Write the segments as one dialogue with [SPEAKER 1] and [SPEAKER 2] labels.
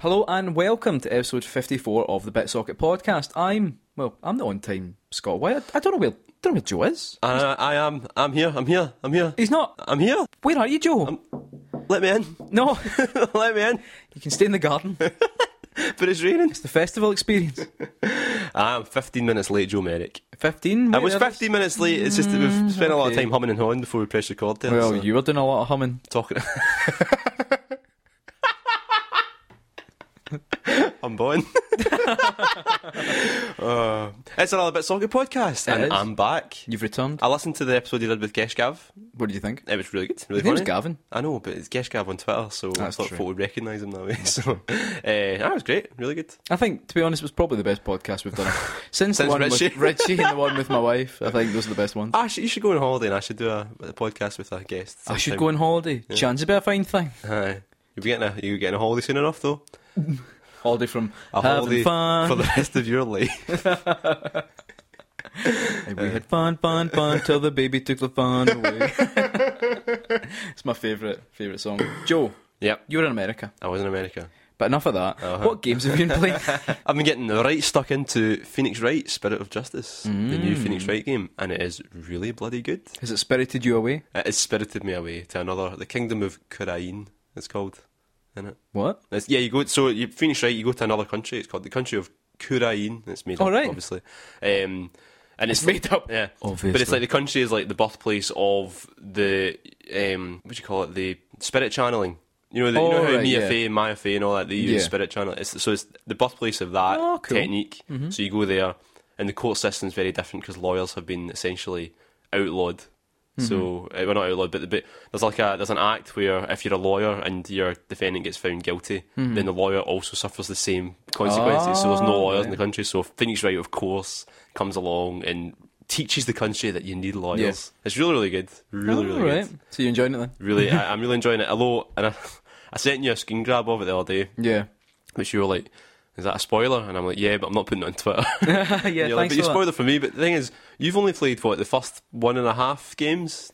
[SPEAKER 1] Hello and welcome to episode 54 of the BitSocket podcast. I'm, well, I'm the on time Scott White. I, I don't know where, don't know where Joe is.
[SPEAKER 2] Uh, I am. I'm here. I'm here. I'm here.
[SPEAKER 1] He's not.
[SPEAKER 2] I'm here.
[SPEAKER 1] Where are you, Joe?
[SPEAKER 2] Um, Let me in.
[SPEAKER 1] no,
[SPEAKER 2] Let me in.
[SPEAKER 1] you can stay in the garden. It's
[SPEAKER 2] But it's raining.
[SPEAKER 1] the festival experience.
[SPEAKER 2] I'm 15 minutes late, Joe Merrick.
[SPEAKER 1] 15?
[SPEAKER 2] I was 15 minutes late. It's just that we've spent a lot of time humming and hawing before we press record there.
[SPEAKER 1] Mm, Well,
[SPEAKER 2] so-
[SPEAKER 1] you were doing a lot of humming.
[SPEAKER 2] talking. I'm born. Uh, it's another bit soccer podcast,
[SPEAKER 1] It
[SPEAKER 2] and
[SPEAKER 1] is.
[SPEAKER 2] I'm back.
[SPEAKER 1] You've returned.
[SPEAKER 2] I listened to the episode you did with Geshgav.
[SPEAKER 1] What do you think?
[SPEAKER 2] It was really good. Really
[SPEAKER 1] His name's
[SPEAKER 2] funny.
[SPEAKER 1] Gavin.
[SPEAKER 2] I know, but it's Geshgav on Twitter, so
[SPEAKER 1] That's
[SPEAKER 2] I sort
[SPEAKER 1] true.
[SPEAKER 2] of thought we'd recognise him that way. So uh, that was great, really good.
[SPEAKER 1] I think, to be honest, it was probably the best podcast we've done. Since, the
[SPEAKER 2] Since
[SPEAKER 1] one with
[SPEAKER 2] Richie.
[SPEAKER 1] Richie and the one with my wife, I think those are the best ones.
[SPEAKER 2] I should, Ah, you should go on holiday, and I should do a, a podcast with a guest.
[SPEAKER 1] I should go on holiday. Chance a bit of fine thing.
[SPEAKER 2] Aye. you'll be getting a you getting a holiday soon enough, though.
[SPEAKER 1] Holiday from
[SPEAKER 2] A
[SPEAKER 1] having
[SPEAKER 2] holiday
[SPEAKER 1] fun.
[SPEAKER 2] for the rest of your life.
[SPEAKER 1] And we had fun, fun, fun till the baby took the fun away. it's my favourite favourite song. Joe,
[SPEAKER 2] yep,
[SPEAKER 1] you were in America,
[SPEAKER 2] I was in America.
[SPEAKER 1] but enough of that. What games have you been playing?
[SPEAKER 2] I've been getting right stuck into Phoenix Wright, Spirit of Justice, the new
[SPEAKER 1] Mm.
[SPEAKER 2] Phoenix Wright game, and it is really bloody good.
[SPEAKER 1] Has it spirited you away?
[SPEAKER 2] It has spirited me away to another, the Kingdom of Kurain, it's called, isn't it?
[SPEAKER 1] What?
[SPEAKER 2] It's, yeah, you go. So you finish right. You go to another country. It's called the country of Kurain. It's made
[SPEAKER 1] Oh,
[SPEAKER 2] up,
[SPEAKER 1] right.
[SPEAKER 2] obviously. Um, and it's,
[SPEAKER 1] made up.
[SPEAKER 2] yeah. But
[SPEAKER 1] Obviously.
[SPEAKER 2] it's like the country is like the birthplace of the um, what do you call it? The spirit channeling. You know, the,
[SPEAKER 1] Oh,
[SPEAKER 2] you know how
[SPEAKER 1] right,
[SPEAKER 2] Mia
[SPEAKER 1] yeah.
[SPEAKER 2] Fey and Maya Fey and all that. They use
[SPEAKER 1] Yeah.
[SPEAKER 2] spirit channel. It's, so it's the birthplace of that
[SPEAKER 1] Oh, cool.
[SPEAKER 2] technique. So you go there, and the court system's very different because lawyers have been essentially outlawed.
[SPEAKER 1] Mm-hmm.
[SPEAKER 2] So uh, we're not outlawed, but the bit there's like a there's an act where if you're a lawyer and your defendant gets found guilty,
[SPEAKER 1] Mm-hmm.
[SPEAKER 2] then the lawyer also suffers the same consequences. so there's no
[SPEAKER 1] Ah,
[SPEAKER 2] lawyers
[SPEAKER 1] right.
[SPEAKER 2] in the country. So Phoenix Wright, of course, comes along and teaches the country that you need lawyers.
[SPEAKER 1] Yes.
[SPEAKER 2] It's really really good, really really
[SPEAKER 1] Alright.
[SPEAKER 2] good.
[SPEAKER 1] So you enjoying it then?
[SPEAKER 2] Really, I, I'm really enjoying it. Although, and I, I sent you a screen grab of it the other day,
[SPEAKER 1] Yeah.
[SPEAKER 2] which you were like, "Is that a spoiler?" And I'm like, "Yeah, but I'm not putting it on Twitter."
[SPEAKER 1] yeah,
[SPEAKER 2] You're like,
[SPEAKER 1] thanks
[SPEAKER 2] but you
[SPEAKER 1] for
[SPEAKER 2] spoiled it for me. But the thing is, you've only played what the first one and a half games,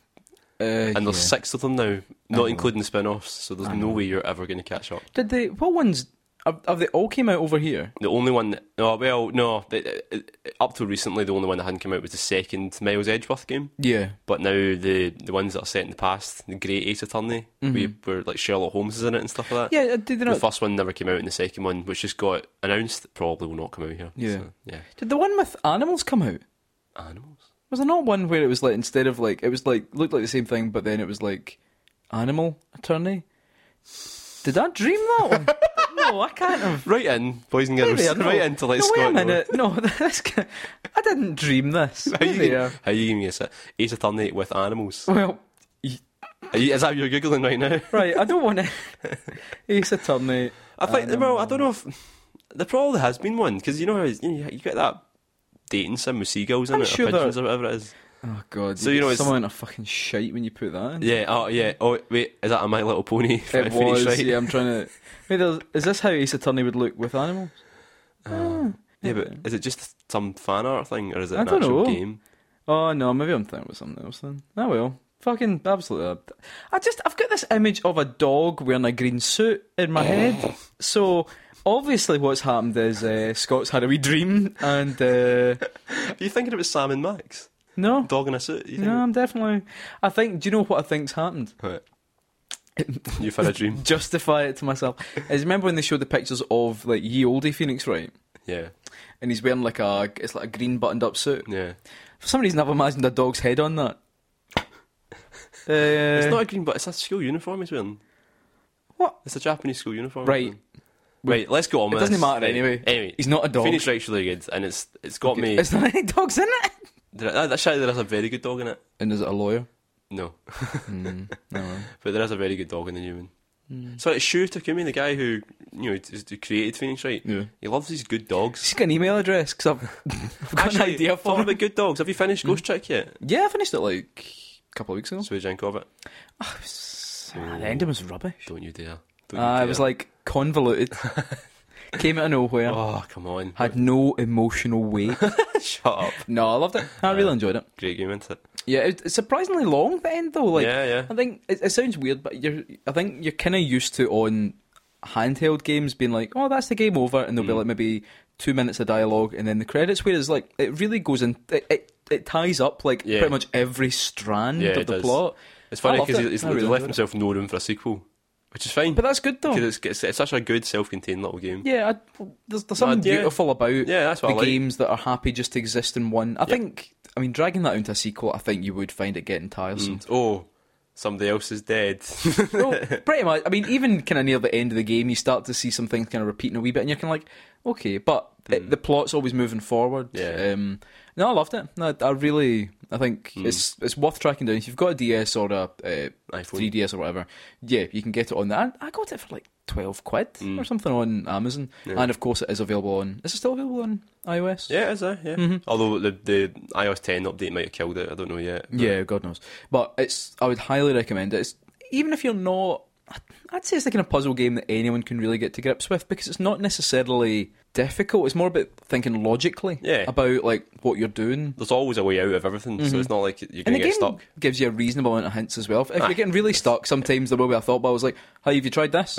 [SPEAKER 1] that. Uh,
[SPEAKER 2] and there's
[SPEAKER 1] yeah. Oh.
[SPEAKER 2] six of them now,
[SPEAKER 1] know.
[SPEAKER 2] not including the spin-offs. So there's no way you're ever going to catch up.
[SPEAKER 1] Did they, what ones, have, have they all came out over here?
[SPEAKER 2] The only one, that, oh well, no, the, uh, up till recently, the only one that hadn't come out was the second Miles Edgeworth game.
[SPEAKER 1] Yeah.
[SPEAKER 2] But now the the ones that are set in the past, the Great Ace Attorney, we were like Sherlock Holmes is in it and stuff like that.
[SPEAKER 1] Mm-hmm. Yeah, uh, did they
[SPEAKER 2] The
[SPEAKER 1] not?
[SPEAKER 2] first one never came out, and the second one, which just got announced, probably will not come out here.
[SPEAKER 1] Yeah.
[SPEAKER 2] So, yeah.
[SPEAKER 1] Did the one with animals come out?
[SPEAKER 2] Animals.
[SPEAKER 1] Was there not one where it was like instead of like it was like looked like the same thing, but then it was like animal attorney? Did I dream that one? no, I can't have.
[SPEAKER 2] Right in, boys and
[SPEAKER 1] Hey
[SPEAKER 2] girls.
[SPEAKER 1] there, no.
[SPEAKER 2] Right into like
[SPEAKER 1] no,
[SPEAKER 2] Scott.
[SPEAKER 1] wait a
[SPEAKER 2] Norton.
[SPEAKER 1] minute. No, this guy- I didn't dream this.
[SPEAKER 2] How
[SPEAKER 1] Hey
[SPEAKER 2] you,
[SPEAKER 1] there.
[SPEAKER 2] giving- how you giving me a set? Ace Attorney with animals.
[SPEAKER 1] Well,
[SPEAKER 2] Are you, is that what you're googling right now?
[SPEAKER 1] right. I don't want to. Ace attorney.
[SPEAKER 2] I think. well, I don't know if there probably has been one because you know how you, know, you get that dating sim with seagulls in
[SPEAKER 1] I'm
[SPEAKER 2] it
[SPEAKER 1] sure
[SPEAKER 2] or
[SPEAKER 1] there-
[SPEAKER 2] pigeons or whatever it is.
[SPEAKER 1] Oh god.
[SPEAKER 2] So, you know,
[SPEAKER 1] get
[SPEAKER 2] it's-
[SPEAKER 1] some amount of fucking shite when you put that in.
[SPEAKER 2] Yeah. Oh yeah. Oh wait, is that a My Little Pony?
[SPEAKER 1] It
[SPEAKER 2] Finish
[SPEAKER 1] was.
[SPEAKER 2] right?
[SPEAKER 1] Yeah, I'm trying to. Wait, there's- is this how Ace Attorney would look with animals?
[SPEAKER 2] Yeah, but is it just some fan art thing or is it
[SPEAKER 1] Oh, I
[SPEAKER 2] an
[SPEAKER 1] don't
[SPEAKER 2] actual
[SPEAKER 1] know.
[SPEAKER 2] game?
[SPEAKER 1] Oh no, maybe I'm thinking about something else then. I will. Fucking absolutely. I just I've got this image of a dog wearing a green suit in
[SPEAKER 2] Oh.
[SPEAKER 1] my head. So obviously, what's happened is uh, Scott's had a wee dream, and uh,
[SPEAKER 2] Are you thinking it was Sam and Max?
[SPEAKER 1] no,
[SPEAKER 2] Dog in a suit? You think
[SPEAKER 1] no, I'm definitely. I think. Do you know what I think's happened?
[SPEAKER 2] Right. You've had a dream.
[SPEAKER 1] Justify it to myself. Is remember when they showed the pictures of like ye olde Phoenix, right?
[SPEAKER 2] Yeah.
[SPEAKER 1] And he's wearing like a it's like a green buttoned up suit.
[SPEAKER 2] Yeah.
[SPEAKER 1] For some reason, I've imagined a dog's head on that. Uh,
[SPEAKER 2] It's not a green, but it's a school uniform he's wearing.
[SPEAKER 1] What?
[SPEAKER 2] It's a Japanese school uniform.
[SPEAKER 1] Right.
[SPEAKER 2] he's wearing. Right, let's go on
[SPEAKER 1] It
[SPEAKER 2] with
[SPEAKER 1] doesn't
[SPEAKER 2] this.
[SPEAKER 1] matter
[SPEAKER 2] Right,
[SPEAKER 1] anyway.
[SPEAKER 2] Anyway,
[SPEAKER 1] Uh, He's not a dog.
[SPEAKER 2] Phoenix Wright's really good, and it's it's got me.
[SPEAKER 1] Is there any dogs in it?
[SPEAKER 2] there- that- That's actually there is a very good dog in it.
[SPEAKER 1] And is it a lawyer? Hmm,
[SPEAKER 2] No,
[SPEAKER 1] No. right.
[SPEAKER 2] but there is a very good dog in the human.
[SPEAKER 1] Hmm.
[SPEAKER 2] So it's Shu Takumi, the guy who you know t- t- created Phoenix Wright.
[SPEAKER 1] Yeah.
[SPEAKER 2] He loves these good dogs.
[SPEAKER 1] She's got an email address because I've, I've got an
[SPEAKER 2] Actually,
[SPEAKER 1] idea for Mm.
[SPEAKER 2] talking
[SPEAKER 1] it.
[SPEAKER 2] about good dogs. Have you finished Ghost Trick yet?
[SPEAKER 1] Yeah, I finished it like a couple of weeks ago.
[SPEAKER 2] So we drank of it.
[SPEAKER 1] the ending was rubbish.
[SPEAKER 2] Don't you dare! Don't you
[SPEAKER 1] Uh, it was
[SPEAKER 2] dare.
[SPEAKER 1] like convoluted. Came out of nowhere.
[SPEAKER 2] oh come on,
[SPEAKER 1] Had no emotional weight.
[SPEAKER 2] shut up.
[SPEAKER 1] no, I loved it. I really enjoyed it.
[SPEAKER 2] Great game, isn't it?
[SPEAKER 1] Yeah, it, it's surprisingly long. The end though, like
[SPEAKER 2] yeah, yeah.
[SPEAKER 1] I think it, it sounds weird, but you're I think you're kind of used to on handheld games being like, oh, that's the game over, and there'll
[SPEAKER 2] Mm.
[SPEAKER 1] be like maybe two minutes of dialogue and then the credits. Whereas like it really goes in, it it, it ties up like
[SPEAKER 2] Yeah.
[SPEAKER 1] pretty much every strand
[SPEAKER 2] Yeah,
[SPEAKER 1] of
[SPEAKER 2] it
[SPEAKER 1] the
[SPEAKER 2] does.
[SPEAKER 1] plot.
[SPEAKER 2] It's
[SPEAKER 1] I
[SPEAKER 2] funny
[SPEAKER 1] loved
[SPEAKER 2] because
[SPEAKER 1] it.
[SPEAKER 2] he's, he's
[SPEAKER 1] I really enjoyed
[SPEAKER 2] left
[SPEAKER 1] it.
[SPEAKER 2] himself no room for a sequel, which is fine.
[SPEAKER 1] But that's good though.
[SPEAKER 2] 'Cause it's, it's, it's such a good self-contained little game.
[SPEAKER 1] Yeah, I, there's, there's something
[SPEAKER 2] yeah.
[SPEAKER 1] beautiful about
[SPEAKER 2] Yeah, that's what
[SPEAKER 1] the
[SPEAKER 2] I like.
[SPEAKER 1] games that are happy just to exist in one. I think, I mean, dragging that into a sequel, I think you would find it getting tiresome.
[SPEAKER 2] Oh, somebody else is dead.
[SPEAKER 1] well, pretty much. I mean, even kind of near the end of the game, you start to see some things kind of repeating a wee bit, and you're kind of like, okay, but it, the plot's always moving forward.
[SPEAKER 2] Hmm. Yeah. Hmm.
[SPEAKER 1] Um, no, I loved it. No, I, I really, I think it's it's worth tracking down. If you've got a DS or a uh,
[SPEAKER 2] iPhone.
[SPEAKER 1] 3DS or whatever, yeah, you can get it on that. I got it for like 12 quid
[SPEAKER 2] Hmm.
[SPEAKER 1] or something on Amazon. And of course, it is available on. Is it still available on iOS?
[SPEAKER 2] Yeah, it is, uh, yeah.
[SPEAKER 1] Mm-hmm.
[SPEAKER 2] Although the, the iOS 10 update might have killed it, I don't know yet. but-
[SPEAKER 1] Yeah, God knows. But it's I would highly recommend it. It's, even if you're not, I'd say it's the kind of puzzle game that anyone can really get to grips with because it's not necessarily difficult. It's more about thinking logically
[SPEAKER 2] Yeah.
[SPEAKER 1] about like what you're doing.
[SPEAKER 2] There's always a way out of everything, so it's not like you're
[SPEAKER 1] Mm-hmm. And
[SPEAKER 2] going
[SPEAKER 1] the
[SPEAKER 2] to get
[SPEAKER 1] game
[SPEAKER 2] stuck.
[SPEAKER 1] gives you a reasonable amount of hints as well. If
[SPEAKER 2] Aye.
[SPEAKER 1] you're getting really stuck, sometimes there will be a thought bubble. It's like, "Hey, have you tried this?"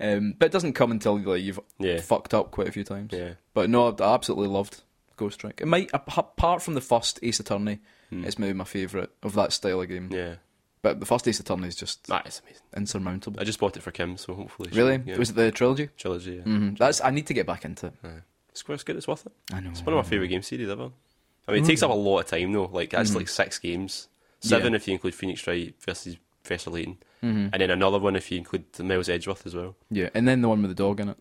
[SPEAKER 1] um, but it doesn't come until like you've
[SPEAKER 2] Yeah.
[SPEAKER 1] fucked up quite a few times.
[SPEAKER 2] Yeah.
[SPEAKER 1] But no, I absolutely loved Ghost Trick. It might, ap- apart from the first Ace Attorney,
[SPEAKER 2] Hmm.
[SPEAKER 1] it's maybe my favourite of that style of game.
[SPEAKER 2] Yeah.
[SPEAKER 1] But the first Ace Attorney is just
[SPEAKER 2] That is amazing.
[SPEAKER 1] insurmountable.
[SPEAKER 2] I just bought it for Kim, so hopefully. she'll-
[SPEAKER 1] Really?
[SPEAKER 2] Yeah.
[SPEAKER 1] Was it the trilogy?
[SPEAKER 2] Trilogy, yeah.
[SPEAKER 1] hmm That's. I need to get back into it.
[SPEAKER 2] Square's good, it's worth it.
[SPEAKER 1] I know.
[SPEAKER 2] It's one of my favourite game series ever. I
[SPEAKER 1] Hmm.
[SPEAKER 2] mean, it takes up a lot of time, though. Like, that's like six games. Seven
[SPEAKER 1] Yeah. Mm-hmm.
[SPEAKER 2] if you include Phoenix Wright versus Professor Layton. And then another one if you include Miles Edgeworth as well.
[SPEAKER 1] Yeah, and then the one with the dog in it.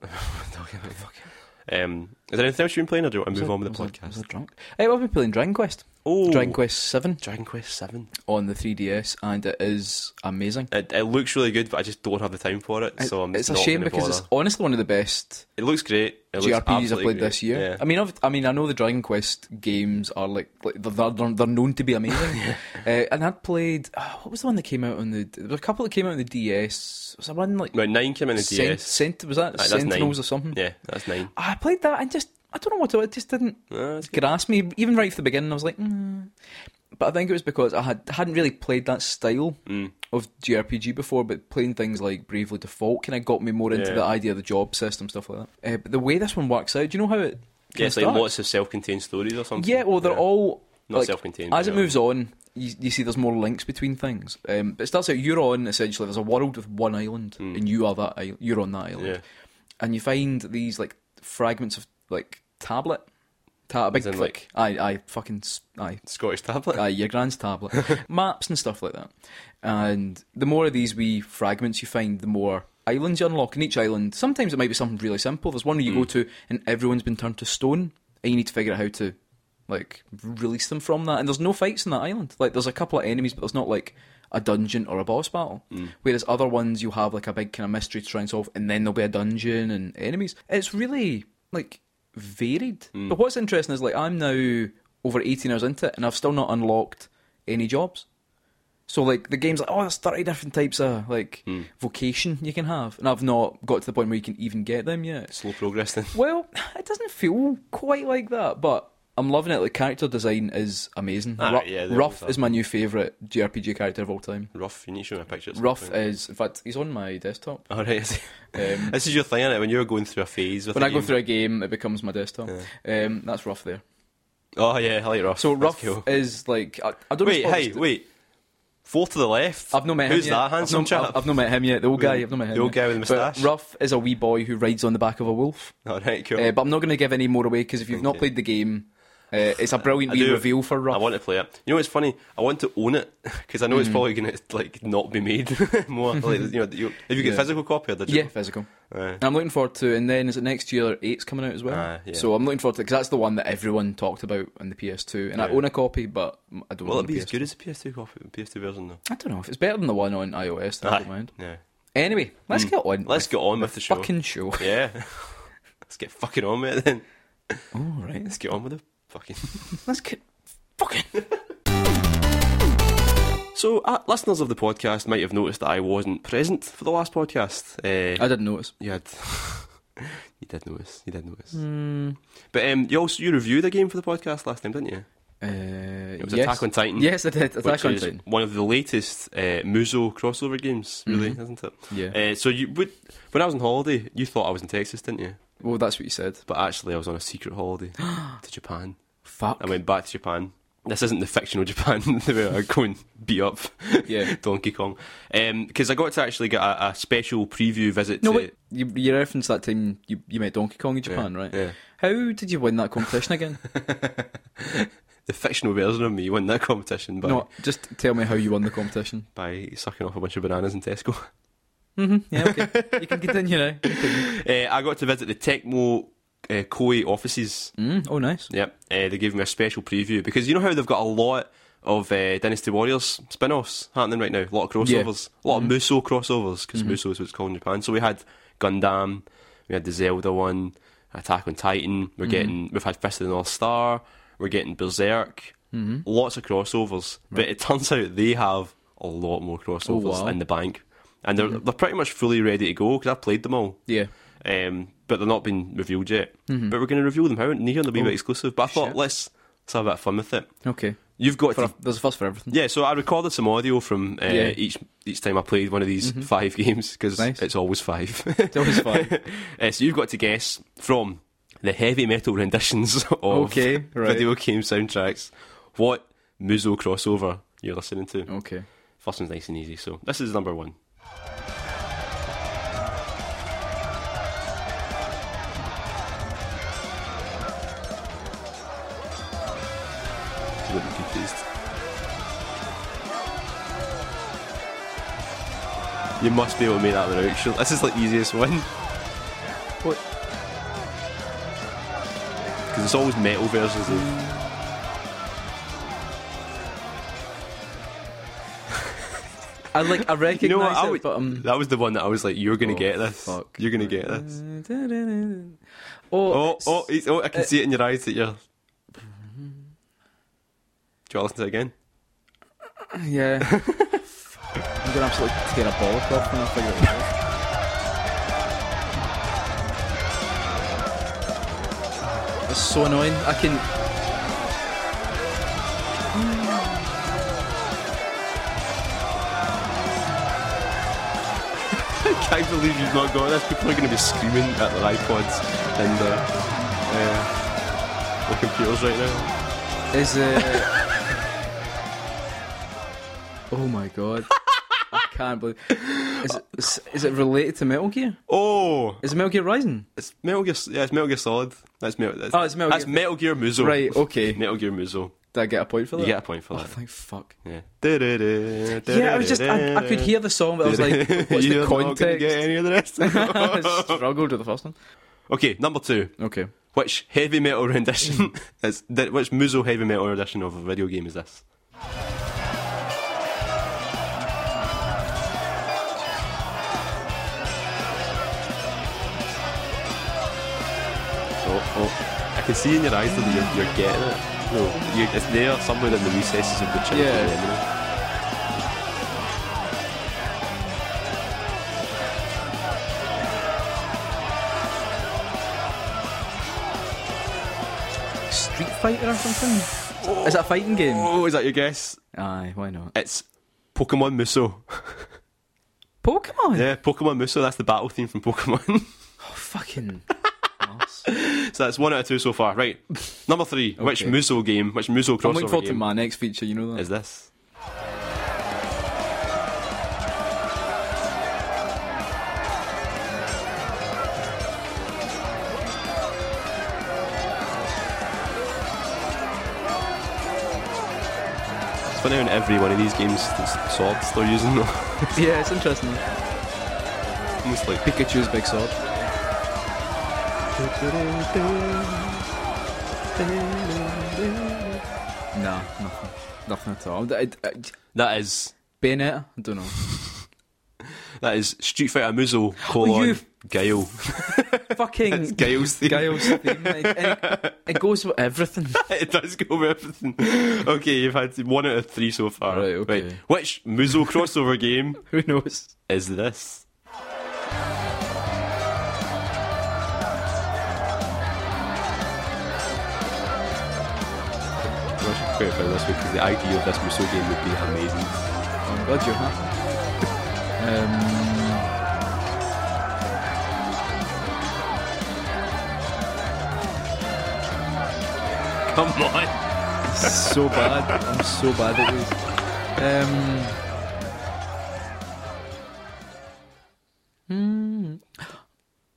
[SPEAKER 2] Um, is there anything else you've been playing, or do you want to move on with the
[SPEAKER 1] Was I- was
[SPEAKER 2] podcast?
[SPEAKER 1] I drunk? Hey, well, I've been playing Dragon Quest.
[SPEAKER 2] Oh,
[SPEAKER 1] Dragon Quest Seven
[SPEAKER 2] Dragon Quest Seven.
[SPEAKER 1] on the 3DS, and it is amazing.
[SPEAKER 2] It, it looks really good, but I just don't have the time for it. So I'm
[SPEAKER 1] it's a
[SPEAKER 2] not
[SPEAKER 1] shame
[SPEAKER 2] gonna
[SPEAKER 1] because
[SPEAKER 2] bother.
[SPEAKER 1] it's honestly one of the best
[SPEAKER 2] it looks great. It looks
[SPEAKER 1] JRPGs I've
[SPEAKER 2] absolutely
[SPEAKER 1] played
[SPEAKER 2] great.
[SPEAKER 1] this year.
[SPEAKER 2] Yeah.
[SPEAKER 1] I mean, I've, I mean, I know the Dragon Quest games are like, like they're, they're they're known to be amazing. uh, and I'd played oh, what was the one that came out on the there were a couple that came out on the DS. Was there one like
[SPEAKER 2] Well, nine came in the
[SPEAKER 1] Sen-
[SPEAKER 2] DS.
[SPEAKER 1] Sent- was that
[SPEAKER 2] Aye, that's nine.
[SPEAKER 1] Sentinels or something?
[SPEAKER 2] Yeah, that's nine.
[SPEAKER 1] I played that and just I don't know what to, it just didn't
[SPEAKER 2] Ah, that's good.
[SPEAKER 1] grasp me even right from the beginning. I was like, mm. but I think it was because I had hadn't really played that style
[SPEAKER 2] Mm.
[SPEAKER 1] of JRPG before, but playing things like Bravely Default kind of got me more into
[SPEAKER 2] Yeah.
[SPEAKER 1] the idea of the job system stuff like that. Uh, but the way this one works out, do you know how it?
[SPEAKER 2] Yeah,
[SPEAKER 1] kinda
[SPEAKER 2] it's like
[SPEAKER 1] starts?
[SPEAKER 2] lots of self-contained stories or something.
[SPEAKER 1] Yeah, well, they're all
[SPEAKER 2] Not
[SPEAKER 1] like,
[SPEAKER 2] self-contained, um,
[SPEAKER 1] As it
[SPEAKER 2] yeah.
[SPEAKER 1] moves on, you, you see there's more links between things. Um, but it starts out you're on essentially. There's a world with one island, and you are that. Island, you're on that island,
[SPEAKER 2] Hmm. Yeah.
[SPEAKER 1] and you find these like fragments of like tablet, ta- a big
[SPEAKER 2] As in,
[SPEAKER 1] like, aye, aye, fucking, s- aye,
[SPEAKER 2] Scottish tablet.
[SPEAKER 1] Aye, Uh, your grand's tablet, maps and stuff like that. And the more of these wee fragments you find, the more islands you unlock. And each island, sometimes it might be something really simple. There's one where you go to and everyone's been turned to stone, and you need to figure out how to like release them from that. And there's no fights in that island. Like there's a couple of enemies, but there's not like a dungeon or a boss battle.
[SPEAKER 2] Mm.
[SPEAKER 1] Whereas other ones you have like a big kind of mystery to try and solve, and then there'll be a dungeon and enemies. It's really like varied.
[SPEAKER 2] Mm.
[SPEAKER 1] But what's interesting is like I'm now over 18 hours into it, and I've still not unlocked any jobs. So like the game's like, oh, there's 30 different types of like
[SPEAKER 2] Mm.
[SPEAKER 1] vocation you can have, and I've not got to the point where you can even get them yet.
[SPEAKER 2] Slow progress then.
[SPEAKER 1] Well, it doesn't feel quite like that, but I'm loving it. The character design is amazing.
[SPEAKER 2] Ah,
[SPEAKER 1] Ru-
[SPEAKER 2] yeah, they
[SPEAKER 1] Ruff
[SPEAKER 2] always
[SPEAKER 1] is my new favourite JRPG character of all time.
[SPEAKER 2] Rough. You need to show me a picture. at some
[SPEAKER 1] Ruff
[SPEAKER 2] point.
[SPEAKER 1] is, in fact, he's on my desktop.
[SPEAKER 2] All right. I see.
[SPEAKER 1] uh, Um,
[SPEAKER 2] this is your thing, is When you're going through a phase with
[SPEAKER 1] when
[SPEAKER 2] a
[SPEAKER 1] I go
[SPEAKER 2] game.
[SPEAKER 1] through a game, it becomes my desktop. Um, that's Ruff there.
[SPEAKER 2] Oh yeah, I like rough.
[SPEAKER 1] So
[SPEAKER 2] That's
[SPEAKER 1] Ruff
[SPEAKER 2] cool.
[SPEAKER 1] is like, I, I don't
[SPEAKER 2] Wait,
[SPEAKER 1] know.
[SPEAKER 2] hey, wait. Four to the left.
[SPEAKER 1] I've not met
[SPEAKER 2] Who's
[SPEAKER 1] him yet.
[SPEAKER 2] that
[SPEAKER 1] I've
[SPEAKER 2] handsome
[SPEAKER 1] not,
[SPEAKER 2] chap?
[SPEAKER 1] I've, I've not met him yet. The old guy. I've not met him.
[SPEAKER 2] The old
[SPEAKER 1] yet.
[SPEAKER 2] guy with the
[SPEAKER 1] But
[SPEAKER 2] moustache?
[SPEAKER 1] Ruff is a wee boy who rides on the back of a wolf.
[SPEAKER 2] All right, cool.
[SPEAKER 1] Uh, but I'm not going to give any more away because if you've not
[SPEAKER 2] Okay.
[SPEAKER 1] played the game, uh, it's a brilliant
[SPEAKER 2] I
[SPEAKER 1] wee
[SPEAKER 2] do-
[SPEAKER 1] reveal for Ruff.
[SPEAKER 2] I want to play it. You know, it's funny. I want to own it because I know it's
[SPEAKER 1] Mm.
[SPEAKER 2] probably going to like not be made more. Like you know, you, have you got
[SPEAKER 1] Yeah.
[SPEAKER 2] a physical copy or digital?
[SPEAKER 1] yeah, physical.
[SPEAKER 2] Yeah.
[SPEAKER 1] And I'm looking forward to, and then is it next year? Eight's coming out as well.
[SPEAKER 2] Ah, yeah.
[SPEAKER 1] So I'm looking forward to because that's the one that everyone talked about on the PS2, and I
[SPEAKER 2] Yeah.
[SPEAKER 1] own a copy, but m- I don't.
[SPEAKER 2] Will
[SPEAKER 1] own
[SPEAKER 2] it be
[SPEAKER 1] the
[SPEAKER 2] as
[SPEAKER 1] PS2.
[SPEAKER 2] good as the PS2 copy, PS2 version though?
[SPEAKER 1] I don't know if it's better than the one on iOS. Then I don't mind.
[SPEAKER 2] Yeah.
[SPEAKER 1] Anyway, let's get on.
[SPEAKER 2] Mm. Let's
[SPEAKER 1] with
[SPEAKER 2] get on with the show.
[SPEAKER 1] fucking show.
[SPEAKER 2] Yeah. Let's get fucking on with it then.
[SPEAKER 1] All right,
[SPEAKER 2] Let's get on with the fucking.
[SPEAKER 1] let's get fucking.
[SPEAKER 2] So, uh, listeners of the podcast might have noticed that I wasn't present for the last podcast. Uh,
[SPEAKER 1] I didn't notice.
[SPEAKER 2] You had. you did notice.
[SPEAKER 1] Mm,
[SPEAKER 2] You did notice. But um, you also you reviewed a game for the podcast last time, didn't you?
[SPEAKER 1] Uh,
[SPEAKER 2] It was was
[SPEAKER 1] Yes.
[SPEAKER 2] Attack on Titan.
[SPEAKER 1] Yes, I did. Attack
[SPEAKER 2] which
[SPEAKER 1] on
[SPEAKER 2] is
[SPEAKER 1] Titan.
[SPEAKER 2] One of the latest uh, Muzo crossover games, really, isn't it?
[SPEAKER 1] Yeah.
[SPEAKER 2] Uh, so you would, when I was on holiday, you thought I was in Texas, didn't you?
[SPEAKER 1] Well, that's what you said.
[SPEAKER 2] But actually, I was on a secret holiday to Japan.
[SPEAKER 1] Fuck.
[SPEAKER 2] I went back to Japan. This isn't the fictional Japan where I go and beat up
[SPEAKER 1] Yeah.
[SPEAKER 2] Donkey Kong. Because I got to actually get a, a special preview visit.
[SPEAKER 1] no,
[SPEAKER 2] to,
[SPEAKER 1] wait. You, you referenced that time you, you met Donkey Kong in Japan, right?
[SPEAKER 2] yeah.
[SPEAKER 1] How did you win that competition again?
[SPEAKER 2] The fictional version of me won that competition by,
[SPEAKER 1] no, just tell me how you won the competition.
[SPEAKER 2] by sucking off a bunch of bananas in Tesco.
[SPEAKER 1] hmm Yeah, okay. you can continue now.
[SPEAKER 2] uh, I got to visit the Tecmo uh, Koei offices.
[SPEAKER 1] Mm, oh, nice.
[SPEAKER 2] Yep, uh, they gave me a special preview because you know how they've got a lot of uh, Dynasty Warriors spin offs happening right now? A lot of crossovers. A lot
[SPEAKER 1] Mm-hmm.
[SPEAKER 2] of Musou crossovers because Musou is what it's called in Japan. So we had Gundam, we had the Zelda one, Attack on Titan,
[SPEAKER 1] Mm-hmm.
[SPEAKER 2] we're getting, we've had Fist of the North Star, we're getting Berserk.
[SPEAKER 1] Mm-hmm.
[SPEAKER 2] Lots of crossovers, but it turns out they have a lot more crossovers
[SPEAKER 1] Oh, wow. Mm-hmm.
[SPEAKER 2] in the bank, and they're they're pretty much fully ready to go because I played them all
[SPEAKER 1] Yeah.
[SPEAKER 2] um, but they're not been revealed yet. But we're going to reveal them how near and they'll be a bit exclusive. But I thought
[SPEAKER 1] Mm-hmm. Oh, shit.
[SPEAKER 2] let's let's have a bit of fun with it.
[SPEAKER 1] Okay.
[SPEAKER 2] You've got
[SPEAKER 1] For
[SPEAKER 2] to,
[SPEAKER 1] a, there's a first for everything.
[SPEAKER 2] yeah. So I recorded some audio from uh,
[SPEAKER 1] Yeah. Mm-hmm.
[SPEAKER 2] each each time I played one of these five games because
[SPEAKER 1] Nice.
[SPEAKER 2] it's always five.
[SPEAKER 1] It's always fun.
[SPEAKER 2] Uh, so you've got to guess from the heavy metal renditions of
[SPEAKER 1] Okay, right.
[SPEAKER 2] video game soundtracks what Muzo crossover you're listening to.
[SPEAKER 1] Okay.
[SPEAKER 2] First one's nice and easy. So this is number one. Wouldn't be confused. You must be able to make that one out. Sure. This is like the easiest one
[SPEAKER 1] What?
[SPEAKER 2] because it's always metal versions
[SPEAKER 1] Mm.
[SPEAKER 2] of.
[SPEAKER 1] I like. I recognise
[SPEAKER 2] You know what? I
[SPEAKER 1] it,
[SPEAKER 2] would-
[SPEAKER 1] but um.
[SPEAKER 2] that was the one that I was like, "You're gonna
[SPEAKER 1] Oh,
[SPEAKER 2] get this.
[SPEAKER 1] fuck.
[SPEAKER 2] You're gonna get this."
[SPEAKER 1] Oh,
[SPEAKER 2] Oh, oh, he's, oh! I can see it in your eyes that you're. Do you want to listen to it again?
[SPEAKER 1] yeah. I'm gonna absolutely tear a ball off when I figure it out. It's so annoying. I can.
[SPEAKER 2] I can't believe you've not got this. People are going to be screaming at their iPods and their, uh, their computers right now.
[SPEAKER 1] Is uh... oh my god. I can't believe. Is it, is, is it related to Metal Gear?
[SPEAKER 2] Oh,
[SPEAKER 1] Is it Metal Gear Rising?
[SPEAKER 2] it's Metal Gear. Yeah, it's Metal Gear Solid. That's Metal. That's,
[SPEAKER 1] Oh, it's Metal
[SPEAKER 2] that's
[SPEAKER 1] Gear-
[SPEAKER 2] Metal Gear Muzo.
[SPEAKER 1] Right. oh. Okay.
[SPEAKER 2] Metal Gear Muzo.
[SPEAKER 1] Did I get a point for that?
[SPEAKER 2] You get a point for
[SPEAKER 1] Oh,
[SPEAKER 2] that.
[SPEAKER 1] thank fuck.
[SPEAKER 2] Yeah.
[SPEAKER 1] Yeah, I was just. I, I could hear the song, but I was like, what's
[SPEAKER 2] You're
[SPEAKER 1] the
[SPEAKER 2] not gonna get
[SPEAKER 1] context?
[SPEAKER 2] any of the rest.
[SPEAKER 1] I struggled with the first one.
[SPEAKER 2] okay, number two.
[SPEAKER 1] Okay.
[SPEAKER 2] Which heavy metal rendition is that? Which Muzo heavy metal rendition of a video game is this? Oh, oh! I can see in your eyes that you're, you're getting it. No, you it's there somewhere in the recesses of the chin.
[SPEAKER 1] Yeah. Street Fighter or something? Is that a fighting game?
[SPEAKER 2] Oh, is that your guess?
[SPEAKER 1] Aye, why not?
[SPEAKER 2] It's Pokemon Muso.
[SPEAKER 1] Pokemon?
[SPEAKER 2] yeah, Pokemon Muso. That's the battle theme from Pokemon.
[SPEAKER 1] Fucking.
[SPEAKER 2] So that's one out of two so far. Right. Number three. Which
[SPEAKER 1] Okay.
[SPEAKER 2] Muso game, which Muso
[SPEAKER 1] I'm looking
[SPEAKER 2] crossover
[SPEAKER 1] forward to
[SPEAKER 2] game
[SPEAKER 1] my next feature, you know that.
[SPEAKER 2] is this? It's funny how in every one of these games, the swords they're using,
[SPEAKER 1] Yeah, it's interesting.
[SPEAKER 2] almost like
[SPEAKER 1] Pikachu's big sword. Nah, nothing. Nothing at all. I, I,
[SPEAKER 2] that is
[SPEAKER 1] Bayonetta? I don't know.
[SPEAKER 2] that is Street Fighter Muzo colon
[SPEAKER 1] Oh, you-
[SPEAKER 2] Guile.
[SPEAKER 1] Fucking
[SPEAKER 2] Guile's theme.
[SPEAKER 1] Giles theme. Like, it, it goes with everything.
[SPEAKER 2] it does go with everything. Okay, you've had one out of three so far.
[SPEAKER 1] Right, okay.
[SPEAKER 2] Which Muzo crossover game
[SPEAKER 1] Who knows?
[SPEAKER 2] is this? Which quite funny this week because the idea of this Musou game would be amazing.
[SPEAKER 1] I'm glad you're happy. um,
[SPEAKER 2] Come on.
[SPEAKER 1] so bad. I'm so bad at these. Um.
[SPEAKER 2] Oh, oh,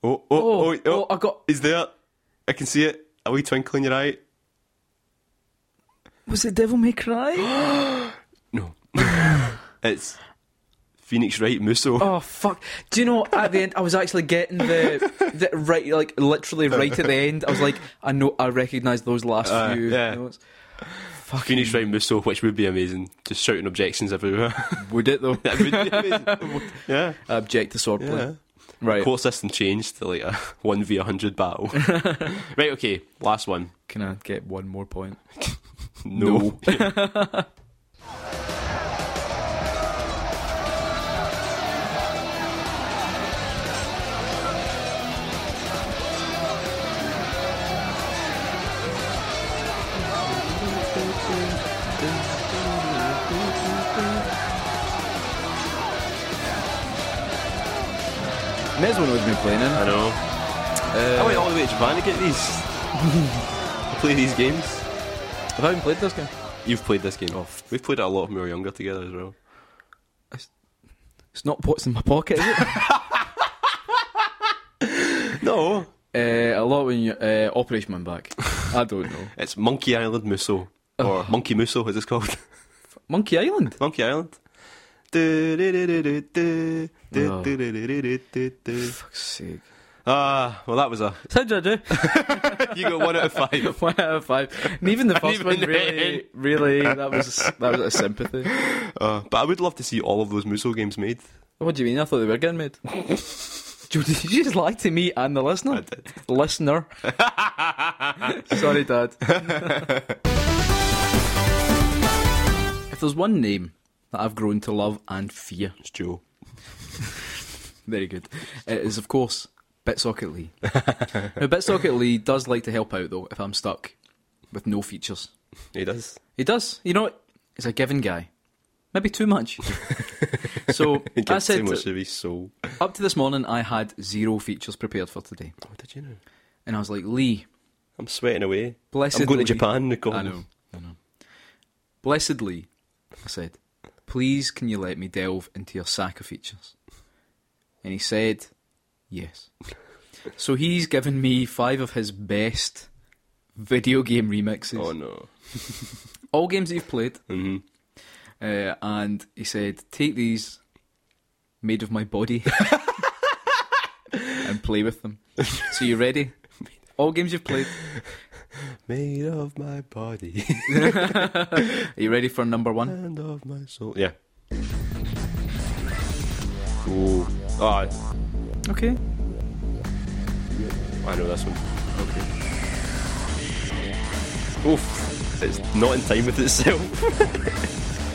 [SPEAKER 2] oh,
[SPEAKER 1] Oh,
[SPEAKER 2] oh,
[SPEAKER 1] oh, I got.
[SPEAKER 2] Is there? I can see it. A wee twinkle in your eye.
[SPEAKER 1] Was it Devil May Cry?
[SPEAKER 2] No. it's Phoenix Wright Muso.
[SPEAKER 1] oh fuck! Do you know at the end I was actually getting the, the right, like literally right at the end. I was like, I know, I recognise those last
[SPEAKER 2] Uh,
[SPEAKER 1] few
[SPEAKER 2] yeah.
[SPEAKER 1] notes. Fucking
[SPEAKER 2] Phoenix Wright Muso, which would be amazing. Just shouting objections everywhere.
[SPEAKER 1] would it though?
[SPEAKER 2] that would be amazing. yeah.
[SPEAKER 1] Object to swordplay.
[SPEAKER 2] Yeah.
[SPEAKER 1] Right.
[SPEAKER 2] Court system changed to like a 1v100 battle. right, okay. Last one.
[SPEAKER 1] Can I get one more point?
[SPEAKER 2] No.
[SPEAKER 1] May as well know been playing
[SPEAKER 2] I know. I went all the way to Japan to get these. I play these games.
[SPEAKER 1] Have I even played this game?
[SPEAKER 2] You've played this game. off. We've played it a lot when we were younger together as well.
[SPEAKER 1] It's not what's in my pocket, is it?
[SPEAKER 2] No.
[SPEAKER 1] uh, a lot when you uh, Operation Man Back. I don't know.
[SPEAKER 2] It's Monkey Island Muso. Or Monkey Muso, is it's called.
[SPEAKER 1] Monkey Island.
[SPEAKER 2] Monkey Island. Ah,
[SPEAKER 1] Fuck's sake.
[SPEAKER 2] well, that was a.
[SPEAKER 1] So how did I do?
[SPEAKER 2] You got one out of five.
[SPEAKER 1] One out of five. And even the first
[SPEAKER 2] even
[SPEAKER 1] one
[SPEAKER 2] then.
[SPEAKER 1] really, really, that was that was a sympathy.
[SPEAKER 2] Uh, but I would love to see all of those Muso games made.
[SPEAKER 1] What do you mean? I thought they were getting made. Joe, Did you just lie to me and the listener?
[SPEAKER 2] I did.
[SPEAKER 1] Listener. Sorry, Dad. if there's one name that I've grown to love and fear,
[SPEAKER 2] It's Joe.
[SPEAKER 1] Very good. It is, of course, Bitsocket Lee. now, Bitsocket Lee does like to help out, though, if I'm stuck with no features.
[SPEAKER 2] He does.
[SPEAKER 1] He does. You know what? He's a given guy. Maybe too much. so, I
[SPEAKER 2] He gives too
[SPEAKER 1] said,
[SPEAKER 2] much to his soul.
[SPEAKER 1] up to this morning, I had zero features prepared for today.
[SPEAKER 2] What Oh, did you know?
[SPEAKER 1] And I was like, Lee,
[SPEAKER 2] I'm sweating away.
[SPEAKER 1] blessed
[SPEAKER 2] I'm going to
[SPEAKER 1] Lee-
[SPEAKER 2] Japan, Nicole.
[SPEAKER 1] I know. I know. Blessed Lee, I said, please can you let me delve into your sack of features? And he said, yes. So he's given me five of his best video game remixes.
[SPEAKER 2] Oh no.
[SPEAKER 1] All games that you've played.
[SPEAKER 2] Mhm.
[SPEAKER 1] Uh, and he said, take these, made of my body, and play with them. So you ready? All games you've played.
[SPEAKER 2] Made of my body
[SPEAKER 1] Are you ready for number one?
[SPEAKER 2] and of my soul. Yeah. Ooh. Ah,
[SPEAKER 1] Okay.
[SPEAKER 2] I know this one. Okay. Oof. It's not in time with itself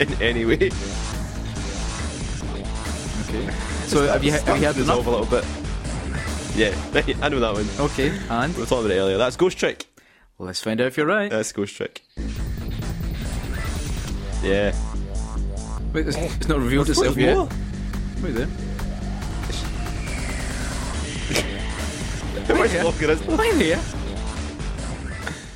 [SPEAKER 2] in any way.
[SPEAKER 1] Okay. So have you have you had
[SPEAKER 2] this
[SPEAKER 1] enough?
[SPEAKER 2] off a little bit? Yeah, I know that one.
[SPEAKER 1] Okay, and
[SPEAKER 2] We were talking about it earlier. That's Ghost Trick.
[SPEAKER 1] well, let's find out if you're right.
[SPEAKER 2] That's Ghost Trick. Yeah.
[SPEAKER 1] Wait, it's, it's not revealed itself yet. Wait there.
[SPEAKER 2] How much longer is
[SPEAKER 1] Wait there.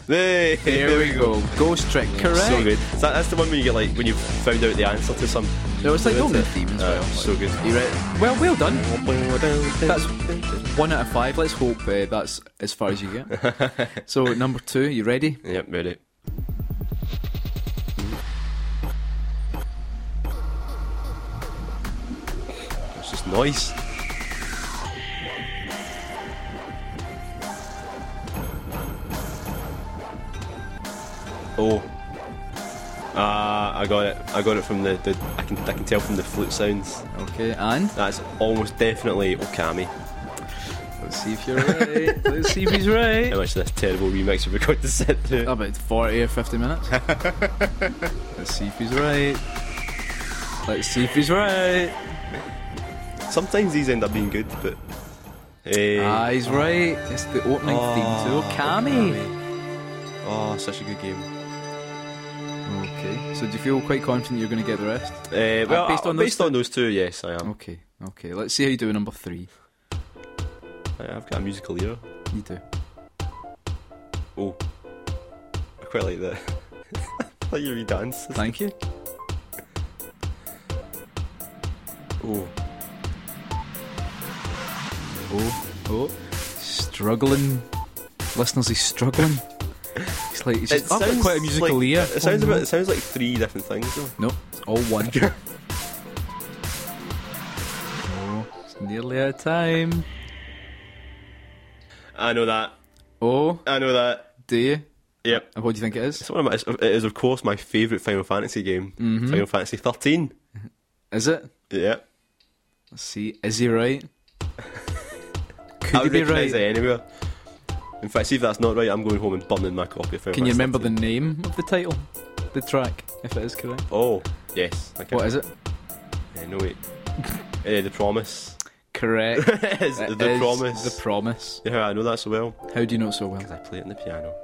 [SPEAKER 2] there?
[SPEAKER 1] There we go. Ghost trick, correct.
[SPEAKER 2] So good. So that- that's the one when you get like when you've found out the answer to some.
[SPEAKER 1] No, it's like
[SPEAKER 2] That's
[SPEAKER 1] Golden
[SPEAKER 2] it.
[SPEAKER 1] Theme as
[SPEAKER 2] Uh,
[SPEAKER 1] well.
[SPEAKER 2] so good.
[SPEAKER 1] You right? Well, well done. That's one out of five. Let's hope uh, that's as far as you get. so number two, you ready?
[SPEAKER 2] Yep, Mm-hmm. ready. It's just noise. Oh. Ah, I got it. I got it from the, the. I can I can tell from the flute sounds.
[SPEAKER 1] Okay, and
[SPEAKER 2] That's almost definitely Okami.
[SPEAKER 1] let's see if you're right. let's see if he's right.
[SPEAKER 2] How much of this terrible remix we've got to sit through?
[SPEAKER 1] About forty or fifty minutes. let's see if he's right. Let's see if he's right.
[SPEAKER 2] Sometimes these end up being good, but. eh, Hey.
[SPEAKER 1] Ah, he's right. It's Oh. the opening theme to Okami.
[SPEAKER 2] Oh, such a good game.
[SPEAKER 1] Okay. So do you feel quite confident you're going to get the rest?
[SPEAKER 2] Uh, well,
[SPEAKER 1] based
[SPEAKER 2] based,
[SPEAKER 1] on
[SPEAKER 2] on,
[SPEAKER 1] those
[SPEAKER 2] based
[SPEAKER 1] two?
[SPEAKER 2] on those two, yes, I am.
[SPEAKER 1] Okay. Okay. Let's see how you do with number three.
[SPEAKER 2] I- I've got a musical ear.
[SPEAKER 1] You do.
[SPEAKER 2] Oh, I quite like that. I thought you were dance.
[SPEAKER 1] Thank you.
[SPEAKER 2] Oh,
[SPEAKER 1] Oh, oh. Struggling. Listeners, he's struggling. He's like, he's just, I've got quite a musical
[SPEAKER 2] like,
[SPEAKER 1] ear.
[SPEAKER 2] It sounds
[SPEAKER 1] Oh, no.
[SPEAKER 2] about. It sounds like three different things though.
[SPEAKER 1] No, it's all one. oh, it's nearly out of time.
[SPEAKER 2] I know that.
[SPEAKER 1] Oh,
[SPEAKER 2] I know that.
[SPEAKER 1] do you?
[SPEAKER 2] Yep.
[SPEAKER 1] And what do you think it is?
[SPEAKER 2] It's one of my. It is of course my favourite Final Fantasy game.
[SPEAKER 1] Mm-hmm.
[SPEAKER 2] Final Fantasy thirteen.
[SPEAKER 1] Is it?
[SPEAKER 2] Yep.
[SPEAKER 1] Let's see. Is he right?
[SPEAKER 2] I
[SPEAKER 1] Could he
[SPEAKER 2] would
[SPEAKER 1] be
[SPEAKER 2] recognise
[SPEAKER 1] right?
[SPEAKER 2] it anywhere. In fact, see if that's not right, I'm going home and burning my copy of Final
[SPEAKER 1] Can you
[SPEAKER 2] Fantasy
[SPEAKER 1] remember the
[SPEAKER 2] 13.
[SPEAKER 1] name of the title? The track, if it is correct.
[SPEAKER 2] Oh, yes. I can.
[SPEAKER 1] What is it?
[SPEAKER 2] Eh, no wait. Eh, the promise.
[SPEAKER 1] Correct.
[SPEAKER 2] It is
[SPEAKER 1] It
[SPEAKER 2] the
[SPEAKER 1] is
[SPEAKER 2] promise.
[SPEAKER 1] The promise.
[SPEAKER 2] yeah, I know that so well
[SPEAKER 1] How do you know it so well?
[SPEAKER 2] because I play it on the piano.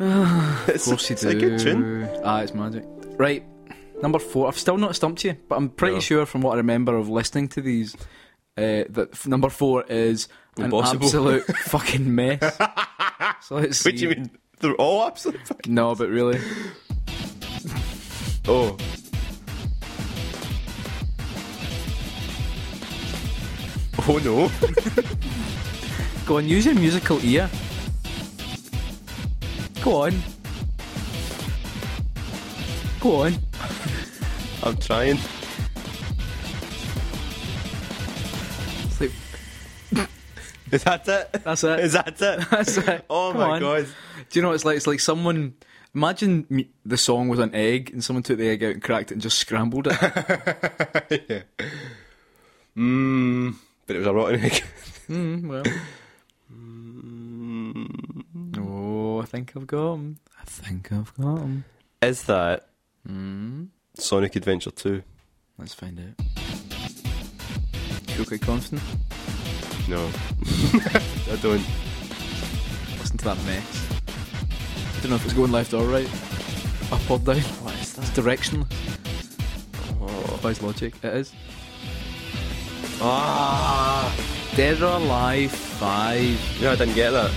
[SPEAKER 1] Of course you
[SPEAKER 2] it's
[SPEAKER 1] do.
[SPEAKER 2] a good tune.
[SPEAKER 1] Ah, it's magic. Right, number four. I've still not stumped you, but I'm pretty
[SPEAKER 2] No.
[SPEAKER 1] sure from what I remember of listening to these, uh, that f- number four is an
[SPEAKER 2] Impossible.
[SPEAKER 1] absolute fucking mess. So let's
[SPEAKER 2] What do
[SPEAKER 1] see.
[SPEAKER 2] you mean? oh, They're all absolute. fuck-
[SPEAKER 1] No, but really,
[SPEAKER 2] Oh. Oh no.
[SPEAKER 1] go on. Use your musical ear. Go on. Go on.
[SPEAKER 2] I'm trying.
[SPEAKER 1] It's like,
[SPEAKER 2] Is that it?
[SPEAKER 1] That's it.
[SPEAKER 2] Is that it?
[SPEAKER 1] That's it.
[SPEAKER 2] Oh
[SPEAKER 1] Come
[SPEAKER 2] my
[SPEAKER 1] on.
[SPEAKER 2] god.
[SPEAKER 1] Do you know what it's like? It's like someone. Imagine me, the song was an egg, and someone took the egg out and cracked it and just scrambled it.
[SPEAKER 2] Mmm. But it was a rotten egg.
[SPEAKER 1] mm, well.
[SPEAKER 2] Mm.
[SPEAKER 1] Oh, I think I've got 'em. I think I've got 'em.
[SPEAKER 2] Is that
[SPEAKER 1] Mm,
[SPEAKER 2] Sonic Adventure 2?
[SPEAKER 1] let's find out. Feel quite confident.
[SPEAKER 2] No. I don't.
[SPEAKER 1] Listen to that mess. I don't know if it's going left or right, up or down.
[SPEAKER 2] What is
[SPEAKER 1] It's
[SPEAKER 2] that?
[SPEAKER 1] directionless.
[SPEAKER 2] Oh.
[SPEAKER 1] Defies logic. It is.
[SPEAKER 2] Ah!
[SPEAKER 1] Dead or Alive Five.
[SPEAKER 2] You know, I didn't get that.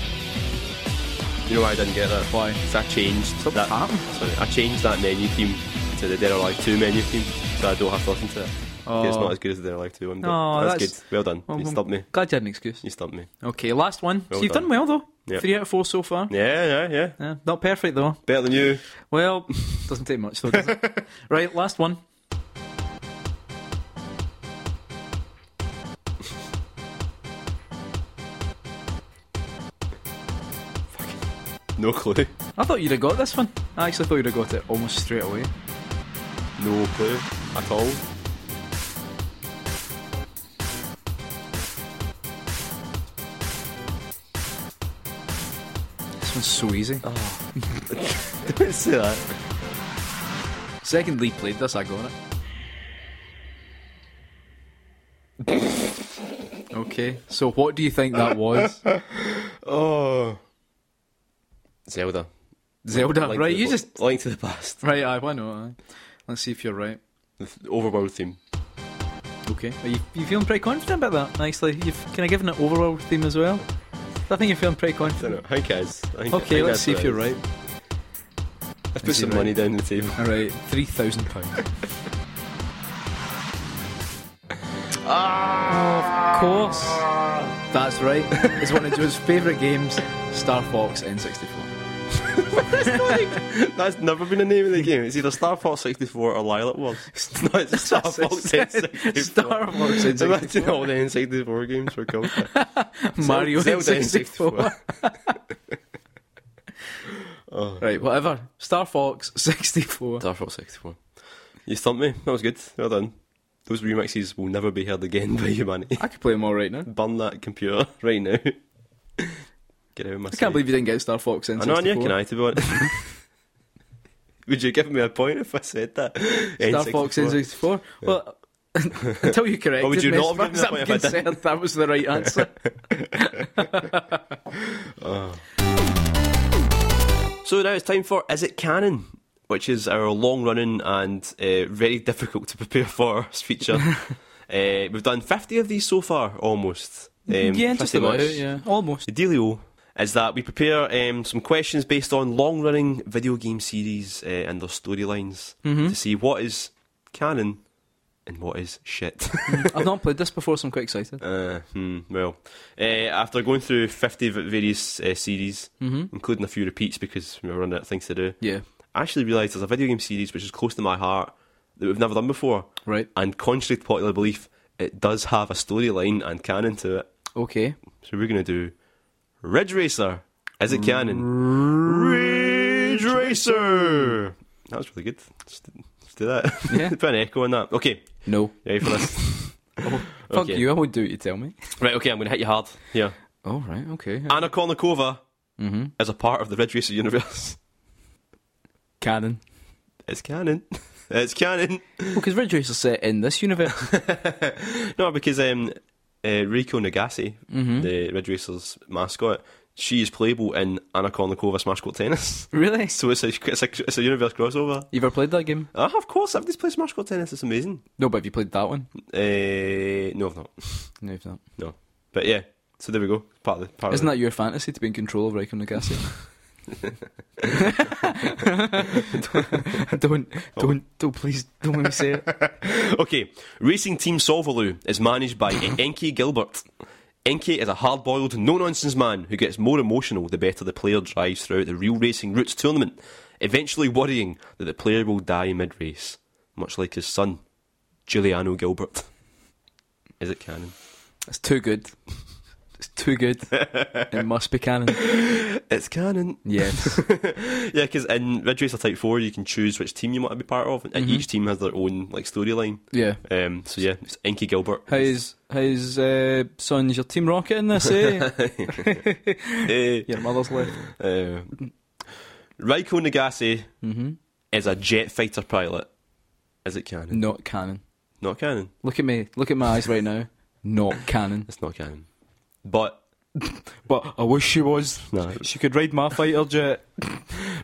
[SPEAKER 2] You know why I didn't get that?
[SPEAKER 1] Why?
[SPEAKER 2] Because I changed
[SPEAKER 1] Something's
[SPEAKER 2] that.
[SPEAKER 1] happened.
[SPEAKER 2] Sorry, I changed that menu theme to the Dead or Alive 2 menu theme, so I don't have to listen to it.
[SPEAKER 1] Oh.
[SPEAKER 2] It's not as good as the Dead or Alive 2 one, but
[SPEAKER 1] Oh,
[SPEAKER 2] that's,
[SPEAKER 1] that's-
[SPEAKER 2] good. Well done.
[SPEAKER 1] Well,
[SPEAKER 2] you
[SPEAKER 1] well-
[SPEAKER 2] stumped me.
[SPEAKER 1] Glad you had an excuse.
[SPEAKER 2] You stumped me.
[SPEAKER 1] Okay, last one.
[SPEAKER 2] Well
[SPEAKER 1] so you've done,
[SPEAKER 2] done.
[SPEAKER 1] well though.
[SPEAKER 2] Yeah.
[SPEAKER 1] Three out of four so far.
[SPEAKER 2] Yeah, yeah, yeah.
[SPEAKER 1] Yeah, not perfect though.
[SPEAKER 2] Better than you.
[SPEAKER 1] Well, doesn't take much though, does it? right, last one.
[SPEAKER 2] No clue.
[SPEAKER 1] I thought you'd have got this one. I actually thought you'd have got it almost straight away.
[SPEAKER 2] No clue at all.
[SPEAKER 1] This one's so easy.
[SPEAKER 2] Don't say that.
[SPEAKER 1] Second Lee played this, I got it. okay, so what do you think that was?
[SPEAKER 2] Oh. Zelda.
[SPEAKER 1] Zelda,
[SPEAKER 2] Link to
[SPEAKER 1] right?
[SPEAKER 2] the
[SPEAKER 1] You
[SPEAKER 2] pa-
[SPEAKER 1] just
[SPEAKER 2] Link to the Past.
[SPEAKER 1] right. I why not? Aye. Let's see if you're right.
[SPEAKER 2] The th- overworld theme.
[SPEAKER 1] Okay, are you, you feeling pretty confident about that? Nicely, you've kind of given an overall theme as well. I think you're feeling pretty
[SPEAKER 2] I don't
[SPEAKER 1] confident.
[SPEAKER 2] know. I think it is. I think, I
[SPEAKER 1] Okay,
[SPEAKER 2] think
[SPEAKER 1] let's
[SPEAKER 2] that's
[SPEAKER 1] see
[SPEAKER 2] what
[SPEAKER 1] if
[SPEAKER 2] it
[SPEAKER 1] you're
[SPEAKER 2] is.
[SPEAKER 1] right.
[SPEAKER 2] I've put
[SPEAKER 1] Is he
[SPEAKER 2] some
[SPEAKER 1] right?
[SPEAKER 2] money down on the table.
[SPEAKER 1] All right, three thousand pounds.
[SPEAKER 2] Ah!
[SPEAKER 1] Of course. That's right. It's one of Joe's favourite games, Star Fox N64.
[SPEAKER 2] That's never been the name of the game. It's either Star Fox 64 or Lilac Wars. No, it's Star
[SPEAKER 1] That's
[SPEAKER 2] Fox
[SPEAKER 1] it.
[SPEAKER 2] 64.
[SPEAKER 1] Star Fox
[SPEAKER 2] Imagine
[SPEAKER 1] N64.
[SPEAKER 2] all the N64 games were called that.
[SPEAKER 1] Mario
[SPEAKER 2] Zelda
[SPEAKER 1] N64.
[SPEAKER 2] oh,
[SPEAKER 1] Right, whatever. Star Fox 64.
[SPEAKER 2] Star Fox 64. You stumped me. That was good. Well done. Those remixes will never be heard again by humanity.
[SPEAKER 1] I could play them all right now.
[SPEAKER 2] Burn that computer right now. Get out of my
[SPEAKER 1] I can't believe you didn't get Star Fox N64.
[SPEAKER 2] I know, neither can I, to be honest. Would you give me a point if I said that? uh,
[SPEAKER 1] Star Fox N64. Well, until you corrected
[SPEAKER 2] Or would you
[SPEAKER 1] me, as
[SPEAKER 2] not have
[SPEAKER 1] far
[SPEAKER 2] given
[SPEAKER 1] as
[SPEAKER 2] me a
[SPEAKER 1] I'm
[SPEAKER 2] point if I didn't?
[SPEAKER 1] concerned, that was the right answer.
[SPEAKER 2] So now it's time for Is It Canon? Which is our long running and uh, very difficult to prepare for feature. uh, we've done 50 of these so far, almost. Um,
[SPEAKER 1] yeah, just
[SPEAKER 2] 50
[SPEAKER 1] about
[SPEAKER 2] much.
[SPEAKER 1] it, yeah. Almost.
[SPEAKER 2] The dealio is that we prepare um, some questions based on long running video game series uh, and their storylines
[SPEAKER 1] Mm-hmm.
[SPEAKER 2] to see what is canon and what is shit.
[SPEAKER 1] I've not played this before, so I'm quite excited.
[SPEAKER 2] Uh, hmm, well, uh, after going through 50 v- various uh, series, including a few repeats because we were running out of things to do,
[SPEAKER 1] Yeah.
[SPEAKER 2] I actually realised there's a video game series which is close to my heart that we've never done before.
[SPEAKER 1] Right.
[SPEAKER 2] And contrary to popular belief, it does have a storyline and canon to it.
[SPEAKER 1] Okay.
[SPEAKER 2] So we're going to do Ridge Racer. Is it canon? Ridge Racer! That was really good. Let's, do- let's do that.
[SPEAKER 1] Yeah.
[SPEAKER 2] Put an echo on that. Okay,
[SPEAKER 1] No.
[SPEAKER 2] you ready for this?
[SPEAKER 1] Fuck
[SPEAKER 2] Okay.
[SPEAKER 1] you, I would do what you tell me.
[SPEAKER 2] right, okay, I'm going to hit you hard. Yeah.
[SPEAKER 1] Oh, right, okay. Mm-hmm.
[SPEAKER 2] Anna Kournikova is a part of the Ridge Racer universe.
[SPEAKER 1] Canon.
[SPEAKER 2] It's canon. It's canon.
[SPEAKER 1] Because Ridge Racer's set in this universe.
[SPEAKER 2] No, because um, uh, Reiko Nagase, the Ridge Racer's mascot, she is playable in Anna Kournikova Smash Court Tennis.
[SPEAKER 1] really?
[SPEAKER 2] So it's a, it's a, it's a universe crossover.
[SPEAKER 1] You ever played that game?
[SPEAKER 2] Ah, of course, I've just played Smash Court Tennis. It's amazing.
[SPEAKER 1] No, but have you played that one?
[SPEAKER 2] Uh, no, I've not.
[SPEAKER 1] No, you've not.
[SPEAKER 2] No. But yeah, so there we go. Part of the, part
[SPEAKER 1] Isn't
[SPEAKER 2] of
[SPEAKER 1] that your fantasy to be in control of Raikon Nagase? don't, don't, don't, please, don't let me say it.
[SPEAKER 2] that? Okay, Racing Team Solvaloo is managed by eh, Enki Gilbert. Enki is a hard boiled, no nonsense man who gets more emotional the better the player drives throughout the Real Racing Roots tournament, eventually worrying that the player will die mid race, much like his son, Giuliano Gilbert. Is it canon?
[SPEAKER 1] It's too good. It's too good. It must be canon.
[SPEAKER 2] It's canon.
[SPEAKER 1] Yes.
[SPEAKER 2] Yeah, because in Ridge Racer Type 4, you can choose which team you want to be part of, and each team has their own like storyline.
[SPEAKER 1] Yeah.
[SPEAKER 2] Um, so yeah, it's Inky Gilbert.
[SPEAKER 1] How's, how's, uh, son's your Team Rocket in this, eh?
[SPEAKER 2] Eh,
[SPEAKER 1] Your mother's left.
[SPEAKER 2] uh, Raiko Nagase
[SPEAKER 1] Mm-hmm.
[SPEAKER 2] is a jet fighter pilot. Is it canon?
[SPEAKER 1] Not canon.
[SPEAKER 2] Not canon.
[SPEAKER 1] Look at me. Look at my eyes right now. Not canon.
[SPEAKER 2] It's not canon. But
[SPEAKER 1] But I wish she was.
[SPEAKER 2] No.
[SPEAKER 1] She could ride my fighter jet.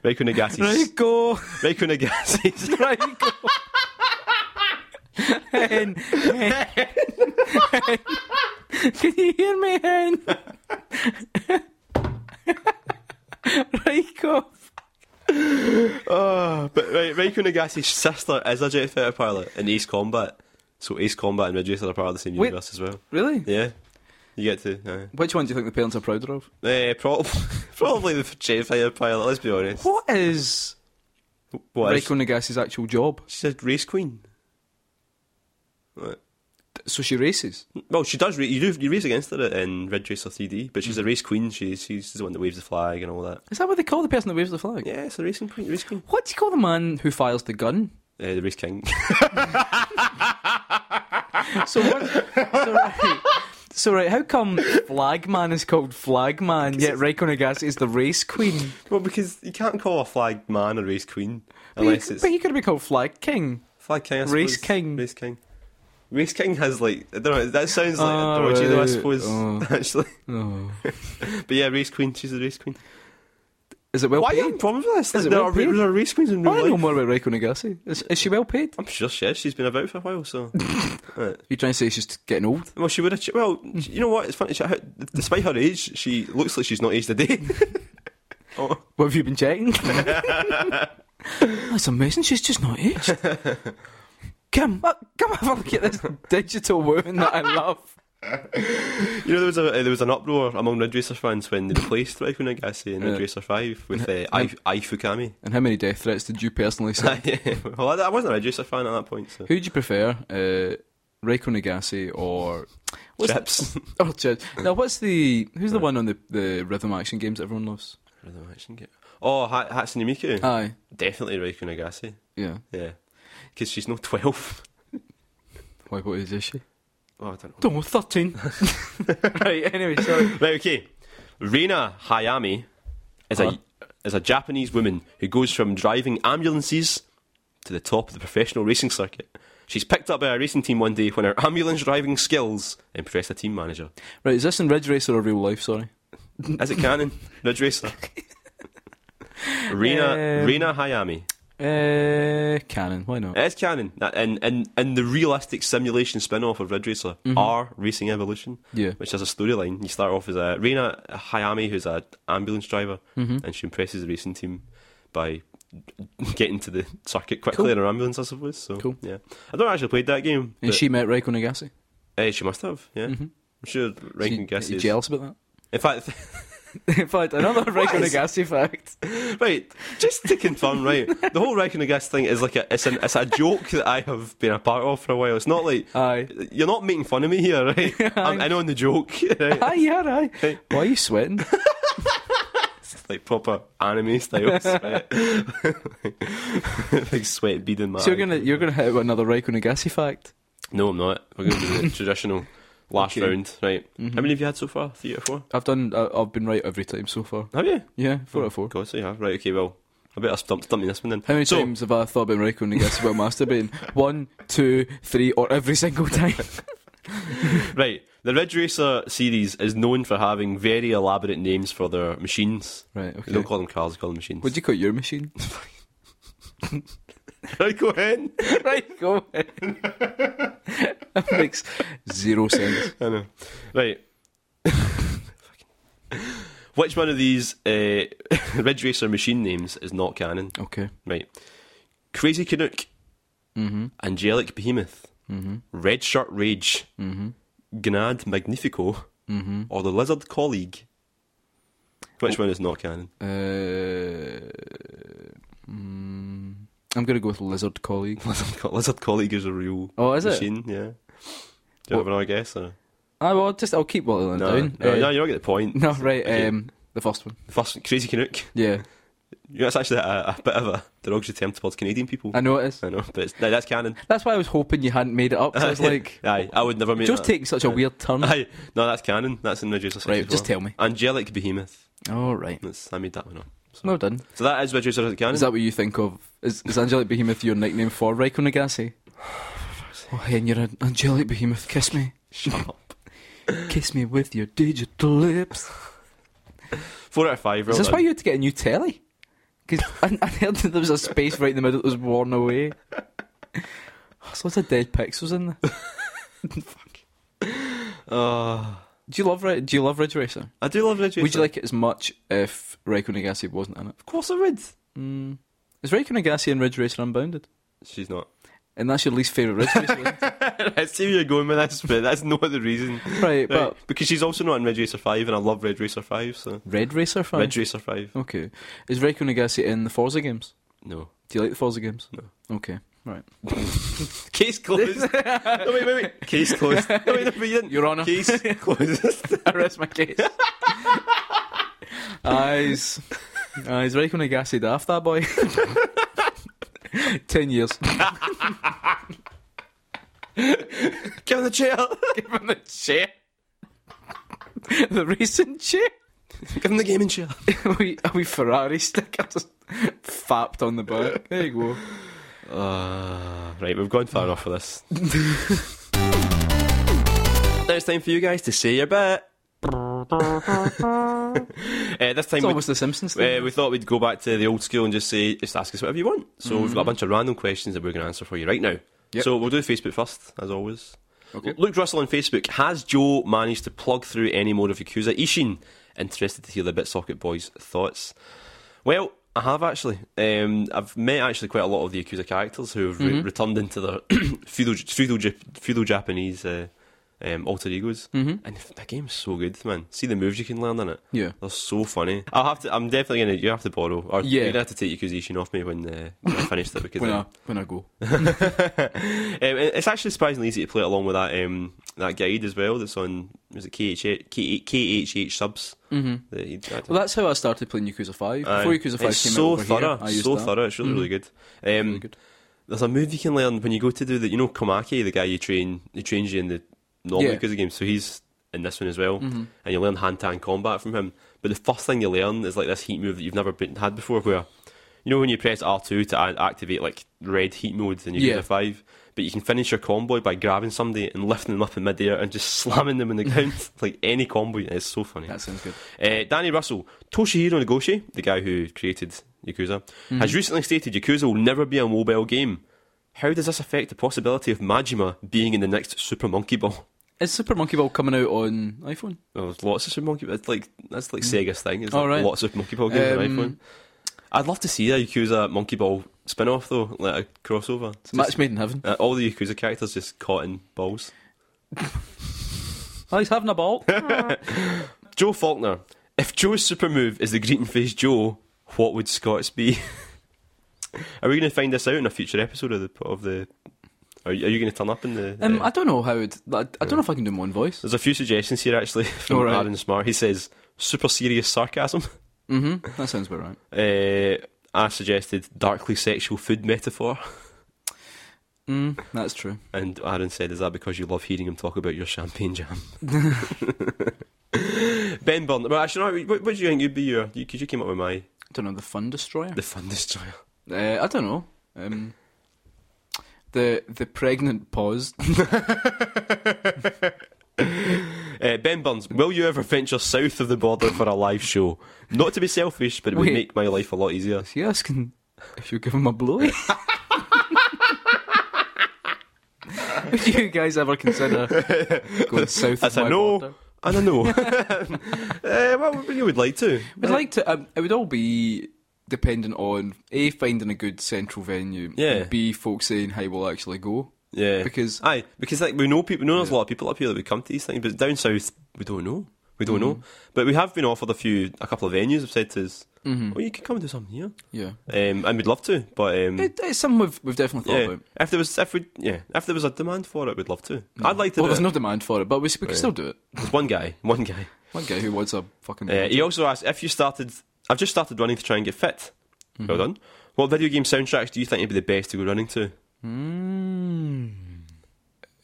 [SPEAKER 2] Raiko Nagase's
[SPEAKER 1] go.
[SPEAKER 2] Raiko Nagase's
[SPEAKER 1] Right, go. hen, hen, hen. Can you hear me, hen? Raiko. Ah.
[SPEAKER 2] oh, but right, Raiko Nagase's sister is a jet fighter pilot in Ace Combat. So Ace Combat and Ridge Racer are part of the same
[SPEAKER 1] Wait.
[SPEAKER 2] universe as well.
[SPEAKER 1] Really?
[SPEAKER 2] Yeah. You get to uh,
[SPEAKER 1] Which one do you think the parents are prouder of?
[SPEAKER 2] Eh, probably, probably the jet fighter pilot. Let's be honest.
[SPEAKER 1] What is
[SPEAKER 2] What? is-
[SPEAKER 1] Raiko Nagase's actual job?
[SPEAKER 2] She's a race queen. Right.
[SPEAKER 1] So she races.
[SPEAKER 2] Well, she does. Ra- you do. You race against her in Red Racer 3D, but she's a race queen. She, she's the one that waves the flag and all that.
[SPEAKER 1] Is that what they call the person that waves the flag?
[SPEAKER 2] Yeah, it's a racing queen. Race queen.
[SPEAKER 1] What do you call the man who fires the gun?
[SPEAKER 2] Uh, the race king.
[SPEAKER 1] So what? so, right, so right, how come Flagman is called Flagman, yet Raiko Nagase is the race queen?
[SPEAKER 2] well, because you can't call a flag man a race queen
[SPEAKER 1] But he,
[SPEAKER 2] unless it's
[SPEAKER 1] but he could have been called Flag King.
[SPEAKER 2] flag king. I
[SPEAKER 1] Race
[SPEAKER 2] suppose.
[SPEAKER 1] king.
[SPEAKER 2] Race king. Race king has like I don't know. That sounds like
[SPEAKER 1] Ah,
[SPEAKER 2] a dodgy though. I
[SPEAKER 1] right.
[SPEAKER 2] suppose
[SPEAKER 1] Oh.
[SPEAKER 2] actually.
[SPEAKER 1] Oh.
[SPEAKER 2] But yeah, race queen. She's the race queen.
[SPEAKER 1] Is it well
[SPEAKER 2] Why are you
[SPEAKER 1] paid?
[SPEAKER 2] having problems with this?
[SPEAKER 1] Is
[SPEAKER 2] Like,
[SPEAKER 1] it
[SPEAKER 2] there,
[SPEAKER 1] well
[SPEAKER 2] are, ra-
[SPEAKER 1] paid?
[SPEAKER 2] there are race queens in
[SPEAKER 1] I
[SPEAKER 2] real
[SPEAKER 1] want to know
[SPEAKER 2] life.
[SPEAKER 1] more about Reiko Nagase. Is, is she well paid? Are
[SPEAKER 2] I'm sure she is. She's been about for a while, so. right.
[SPEAKER 1] you trying to say she's just getting old?
[SPEAKER 2] Well, she would have. ch- Well,
[SPEAKER 1] Mm.
[SPEAKER 2] you know what? It's funny. She, how- despite her age, she looks like she's not aged a day. oh,
[SPEAKER 1] What have you been checking? That's amazing. She's just not aged. Come, uh, come have a look at this digital woman that I love.
[SPEAKER 2] you know, there was a uh, there was an uproar among Ridge Racer fans when they replaced Raiko Nagase in Ridge
[SPEAKER 1] Yeah.
[SPEAKER 2] Racer Five with uh, I, I Fukami.
[SPEAKER 1] And how many death threats did you personally see?
[SPEAKER 2] well, I, I wasn't a Ridge Racer fan at that point. So.
[SPEAKER 1] Who do you prefer, uh, Reiko Nagase or what's the-
[SPEAKER 2] Chips.
[SPEAKER 1] or Chips? Now, what's the who's the one on the, the rhythm action games that everyone loves?
[SPEAKER 2] Rhythm action game. Oh, ha- Hatsune Miku.
[SPEAKER 1] Aye,
[SPEAKER 2] Definitely Raiko Nagase.
[SPEAKER 1] yeah.
[SPEAKER 2] Yeah, because she's no twelve.
[SPEAKER 1] Why? What is, is she?
[SPEAKER 2] Oh, I don't know.
[SPEAKER 1] Don't thirteen. right. Anyway, sorry.
[SPEAKER 2] Right, okay. Reina Hayami is
[SPEAKER 1] Huh?
[SPEAKER 2] a is a Japanese woman who goes from driving ambulances to the top of the professional racing circuit. She's picked up by a racing team one day when her ambulance driving skills impressed a team manager.
[SPEAKER 1] Right. Is this in Ridge Racer or real life? Sorry.
[SPEAKER 2] Is it canon? Ridge Racer. Rena, Rena Hayami.
[SPEAKER 1] Uh, canon. Why not?
[SPEAKER 2] It's canon. That- And, and, and the realistic simulation spin off of Ridge Racer, R Racing Evolution,
[SPEAKER 1] Yeah.
[SPEAKER 2] which has a storyline. You start off as a Reina Hayami, who's an ambulance driver,
[SPEAKER 1] Mm-hmm.
[SPEAKER 2] and she impresses the racing team by getting to the circuit quickly
[SPEAKER 1] Cool.
[SPEAKER 2] in her ambulance, I suppose. So,
[SPEAKER 1] Cool.
[SPEAKER 2] yeah. I've not actually played that game.
[SPEAKER 1] And
[SPEAKER 2] but,
[SPEAKER 1] she met Reiko Nagase.
[SPEAKER 2] eh, she must have, yeah. I'm sure Rankin
[SPEAKER 1] Mm-hmm. She- you
[SPEAKER 2] guesses.
[SPEAKER 1] jealous about
[SPEAKER 2] In fact,
[SPEAKER 1] that? In fact, another Reiko
[SPEAKER 2] is-
[SPEAKER 1] Nagase fact.
[SPEAKER 2] Right, just to confirm, right, the whole Reckonagas thing is like a it's, an, it's a joke that I have been a part of for a while. It's not like
[SPEAKER 1] Aye.
[SPEAKER 2] you're not making fun of me here, right? I'm in on the joke, right?
[SPEAKER 1] Aye, yeah, aye. Why are you sweating?
[SPEAKER 2] It's like proper anime style sweat, like sweat beading my.
[SPEAKER 1] so you're
[SPEAKER 2] eye.
[SPEAKER 1] gonna you're gonna hit with another Reiko Nagase fact.
[SPEAKER 2] No, I'm not. We're gonna do the traditional last
[SPEAKER 1] Okay. Mm-hmm.
[SPEAKER 2] round, right? How many have you had so far? Three or four?
[SPEAKER 1] I've done. I, I've been right every time so far.
[SPEAKER 2] Have you?
[SPEAKER 1] Yeah, four out of four.
[SPEAKER 2] Of course, you have. Right, okay, well, I better stump, stump me this one then.
[SPEAKER 1] How many
[SPEAKER 2] so,
[SPEAKER 1] times have I thought about Reiko Nagase while masturbating? One, two, three, or every single time.
[SPEAKER 2] Right, the Ridge Racer series is known for having very elaborate names for their machines.
[SPEAKER 1] right.
[SPEAKER 2] They
[SPEAKER 1] Okay.
[SPEAKER 2] don't call them cars, they call them machines.
[SPEAKER 1] What'd you call your machine?
[SPEAKER 2] Right, go ahead.
[SPEAKER 1] right, go. that makes zero sense.
[SPEAKER 2] I know. Right. Which one of these uh, Ridge Racer machine names is not canon?
[SPEAKER 1] Okay.
[SPEAKER 2] Right. Crazy Canuck,
[SPEAKER 1] Mm-hmm.
[SPEAKER 2] Angelic Behemoth,
[SPEAKER 1] Mm-hmm.
[SPEAKER 2] Red Shirt Rage,
[SPEAKER 1] Mm-hmm.
[SPEAKER 2] Gnad Magnifico,
[SPEAKER 1] Mm-hmm.
[SPEAKER 2] or the Lizard Colleague? Which
[SPEAKER 1] Oh.
[SPEAKER 2] one is not canon?
[SPEAKER 1] Uh, mm, I'm gonna go with lizard colleague.
[SPEAKER 2] Lizard, Co- Lizard Colleague is a real
[SPEAKER 1] Oh, is it?
[SPEAKER 2] machine, yeah. Do you have another guess? Or?
[SPEAKER 1] I will Ah, just I'll keep whittling it
[SPEAKER 2] No,
[SPEAKER 1] down.
[SPEAKER 2] no,
[SPEAKER 1] Uh,
[SPEAKER 2] no, you don't get the point.
[SPEAKER 1] no, right.
[SPEAKER 2] Okay.
[SPEAKER 1] Um, the first one.
[SPEAKER 2] First, Crazy Canuck.
[SPEAKER 1] Yeah,
[SPEAKER 2] You know, That's actually a, a bit of a derogatory term towards Canadian people.
[SPEAKER 1] I know it is.
[SPEAKER 2] I know, but it's, no, that's canon.
[SPEAKER 1] That's why I was hoping you hadn't made it up. 'cause I was like,
[SPEAKER 2] Aye, I would never make
[SPEAKER 1] just
[SPEAKER 2] that.
[SPEAKER 1] taking such a weird turn.
[SPEAKER 2] Aye, no, that's canon. That's in Ridge Racer. 6
[SPEAKER 1] Right,
[SPEAKER 2] as
[SPEAKER 1] just
[SPEAKER 2] well.
[SPEAKER 1] tell me.
[SPEAKER 2] Angelic Behemoth.
[SPEAKER 1] All right.
[SPEAKER 2] That's, I made that one up. So,
[SPEAKER 1] Well done.
[SPEAKER 2] so that is Ridge Racer canon.
[SPEAKER 1] Is that what you think of? Is, is Angelic Behemoth your nickname for Reiko Nagase? Oh, and you're an angelic behemoth. Kiss me,
[SPEAKER 2] Shut up.
[SPEAKER 1] kiss me with your digital lips.
[SPEAKER 2] Four out of five.
[SPEAKER 1] Is
[SPEAKER 2] well
[SPEAKER 1] this
[SPEAKER 2] done.
[SPEAKER 1] why you had to get a new telly? Because I, I heard that there was a space right in the middle that was worn away. There's lots of dead pixels in there.
[SPEAKER 2] Uh,
[SPEAKER 1] Do you love Ra- Do you love Ridge Racer?
[SPEAKER 2] I do love Ridge Racer.
[SPEAKER 1] Would you like it as much if Reiko Nagase wasn't in it?
[SPEAKER 2] Of course I would.
[SPEAKER 1] Mm. Is Reiko Nagase in Ridge Racer unbounded?
[SPEAKER 2] She's not.
[SPEAKER 1] And that's your least favourite Ridge Racer, isn't it?
[SPEAKER 2] I see where you're going with this, but that's not the reason.
[SPEAKER 1] right?
[SPEAKER 2] Right,
[SPEAKER 1] But
[SPEAKER 2] because she's also not in Ridge Racer 5, and I love Red Racer 5, so.
[SPEAKER 1] Red Racer fan.
[SPEAKER 2] Ridge Racer 5.
[SPEAKER 1] Okay. Is Reiko Nagase in the Forza games?
[SPEAKER 2] No.
[SPEAKER 1] Do you like the Forza games?
[SPEAKER 2] No.
[SPEAKER 1] Okay. Right.
[SPEAKER 2] Case closed. no, wait, wait, wait. Case closed. No, wait, no, but you didn't.
[SPEAKER 1] Your Honour.
[SPEAKER 2] Case closed.
[SPEAKER 1] I rest my case. Eyes. Eyes. Reiko Nagase daft, that boy. Ten years.
[SPEAKER 2] Get on the chair.
[SPEAKER 1] Give him the chair. the recent chair.
[SPEAKER 2] Give him the gaming chair.
[SPEAKER 1] are, we, are we Ferrari sticker just fapped on the back? There you go.
[SPEAKER 2] Uh, right, we've gone far enough for this. now it's time for you guys to say your bit. uh, this time
[SPEAKER 1] It's
[SPEAKER 2] we,
[SPEAKER 1] almost the Simpsons
[SPEAKER 2] uh,
[SPEAKER 1] thing.
[SPEAKER 2] we thought we'd go back to the old school and just say, just ask us whatever you want. So we've got a bunch of random questions that we're going to answer for you right now.
[SPEAKER 1] Mm-hmm. Yep.
[SPEAKER 2] So we'll do Facebook first, as always.
[SPEAKER 1] Okay.
[SPEAKER 2] Luke Russell on Facebook, has Joe managed to plug through any more of Yakuza Ishin? Interested to hear the Bitsocket boys' thoughts. Well, I have actually. Um, I've met actually quite a lot of the Yakuza characters who have re-
[SPEAKER 1] Mm-hmm.
[SPEAKER 2] returned into their feudal, feudal, Jap- feudal Japanese uh, um, alter egos. Mm-hmm. And that game's so good, man. See the moves you can learn in it.
[SPEAKER 1] Yeah.
[SPEAKER 2] They're so funny. I'll have to. I'm definitely gonna. You have to borrow, or
[SPEAKER 1] Yeah.
[SPEAKER 2] you're gonna have to take Yakuza Ishin off me when, uh, when I finish it because
[SPEAKER 1] When
[SPEAKER 2] uh,
[SPEAKER 1] I, when I go.
[SPEAKER 2] um, it's actually surprisingly easy to play it along with that um, that guide as well. That's on was it KH K- KHH subs. Mm-hmm. That he, that-
[SPEAKER 1] Well, that's how I started playing Yakuza 5. Before
[SPEAKER 2] Aye.
[SPEAKER 1] Yakuza 5
[SPEAKER 2] it's
[SPEAKER 1] came
[SPEAKER 2] so
[SPEAKER 1] out over
[SPEAKER 2] thorough,
[SPEAKER 1] here, I used
[SPEAKER 2] so
[SPEAKER 1] that.
[SPEAKER 2] thorough. It's really really good. Um,
[SPEAKER 1] Really Mm. good.
[SPEAKER 2] There's a move you can learn when you go to do the you know Komaki, the guy you train, he trains you in the normal
[SPEAKER 1] Yeah. Mm-hmm.
[SPEAKER 2] because Yakuza games. So he's in this one as well, and you learn hand to hand combat from him. But the first thing you learn is like this heat move that you've never been, had before, where you know when you press R two to a- activate like red heat mode in Yakuza
[SPEAKER 1] Yeah.
[SPEAKER 2] Five, but you can finish your convoy by grabbing somebody and lifting them up in midair and just slamming them in the ground like any convoy. It's so funny.
[SPEAKER 1] That sounds good.
[SPEAKER 2] Uh, Danny Russell, Toshihiro Nagoshi, the guy who created Yakuza,
[SPEAKER 1] Hmm.
[SPEAKER 2] has recently stated Yakuza will never be a mobile game. How does this affect the possibility of Majima being in the next Super Monkey Ball?
[SPEAKER 1] Is Super Monkey Ball coming out on iPhone?
[SPEAKER 2] Oh, there's lots of Super Monkey. It's like that's like Sega's thing. Is
[SPEAKER 1] Oh,
[SPEAKER 2] like
[SPEAKER 1] right.
[SPEAKER 2] lots of Monkey Ball games on
[SPEAKER 1] Um,
[SPEAKER 2] iPhone. I'd love to see a Yakuza Monkey Ball spin-off though, like a crossover. It's
[SPEAKER 1] Match
[SPEAKER 2] just-
[SPEAKER 1] made in heaven.
[SPEAKER 2] uh, all the Yakuza characters just caught in balls.
[SPEAKER 1] Oh, he's having a ball.
[SPEAKER 2] Joe Faulkner. If Joe's super move is the greeting face Joe, what would Scott's be? are we going to find this out in a future episode of the of the? Are you, are you going to turn up in the?
[SPEAKER 1] Um,
[SPEAKER 2] uh,
[SPEAKER 1] I don't know how. It, I, I don't know if I can do my own voice.
[SPEAKER 2] there's a few suggestions here actually from
[SPEAKER 1] All right.
[SPEAKER 2] Aaron Smart. He says super serious sarcasm.
[SPEAKER 1] hmm That sounds about right.
[SPEAKER 2] Uh, I suggested darkly sexual food metaphor,
[SPEAKER 1] Mm, that's true.
[SPEAKER 2] and Aaron said, "Is that because you love hearing him talk about your champagne jam?" ben Bond. Well, actually, no, what, what do you think you'd be your? Because you, came up with my
[SPEAKER 1] I don't know the Fun Destroyer.
[SPEAKER 2] the fun destroyer.
[SPEAKER 1] Uh, I don't know. Um, the the pregnant pause.
[SPEAKER 2] Uh, ben Burns, will you ever venture south of the border for a live show? Not to be selfish, but it would
[SPEAKER 1] Wait.
[SPEAKER 2] make my life a lot easier.
[SPEAKER 1] Is he asking if you give him a blow? Would you guys ever consider going south
[SPEAKER 2] That's
[SPEAKER 1] of
[SPEAKER 2] a
[SPEAKER 1] my
[SPEAKER 2] no,
[SPEAKER 1] border?
[SPEAKER 2] and a no. uh, well, you would like to.
[SPEAKER 1] We'd like to. Um, it would all be dependent on a finding a good central venue.
[SPEAKER 2] Yeah.
[SPEAKER 1] And B folks saying, "Hey, we'll actually go."
[SPEAKER 2] Yeah,
[SPEAKER 1] Because-
[SPEAKER 2] aye, because like we know people, we know there's a lot of people up here that would come to these things, but down south we don't know, we don't
[SPEAKER 1] Mm-hmm.
[SPEAKER 2] know. But we have been offered a few, a couple of venues. Have said to us,
[SPEAKER 1] Mm-hmm.
[SPEAKER 2] "Oh, you could come and do something here,"
[SPEAKER 1] Yeah.
[SPEAKER 2] um, and we'd love to. But um,
[SPEAKER 1] It, it's something we've, we've definitely thought
[SPEAKER 2] yeah,
[SPEAKER 1] about.
[SPEAKER 2] if there was, if we, yeah, if there was a demand for it, we'd love to. I'd like to.
[SPEAKER 1] Mm. Well,
[SPEAKER 2] do
[SPEAKER 1] there's
[SPEAKER 2] it.
[SPEAKER 1] no demand for it, but we, s- we can still do it.
[SPEAKER 2] There's one guy, one guy.
[SPEAKER 1] One guy who wants a fucking.
[SPEAKER 2] Uh, he also asked if you started. I've just started running to try and get fit.
[SPEAKER 1] Mm-hmm.
[SPEAKER 2] Well done. What video game soundtracks do you think would be the best to go running to?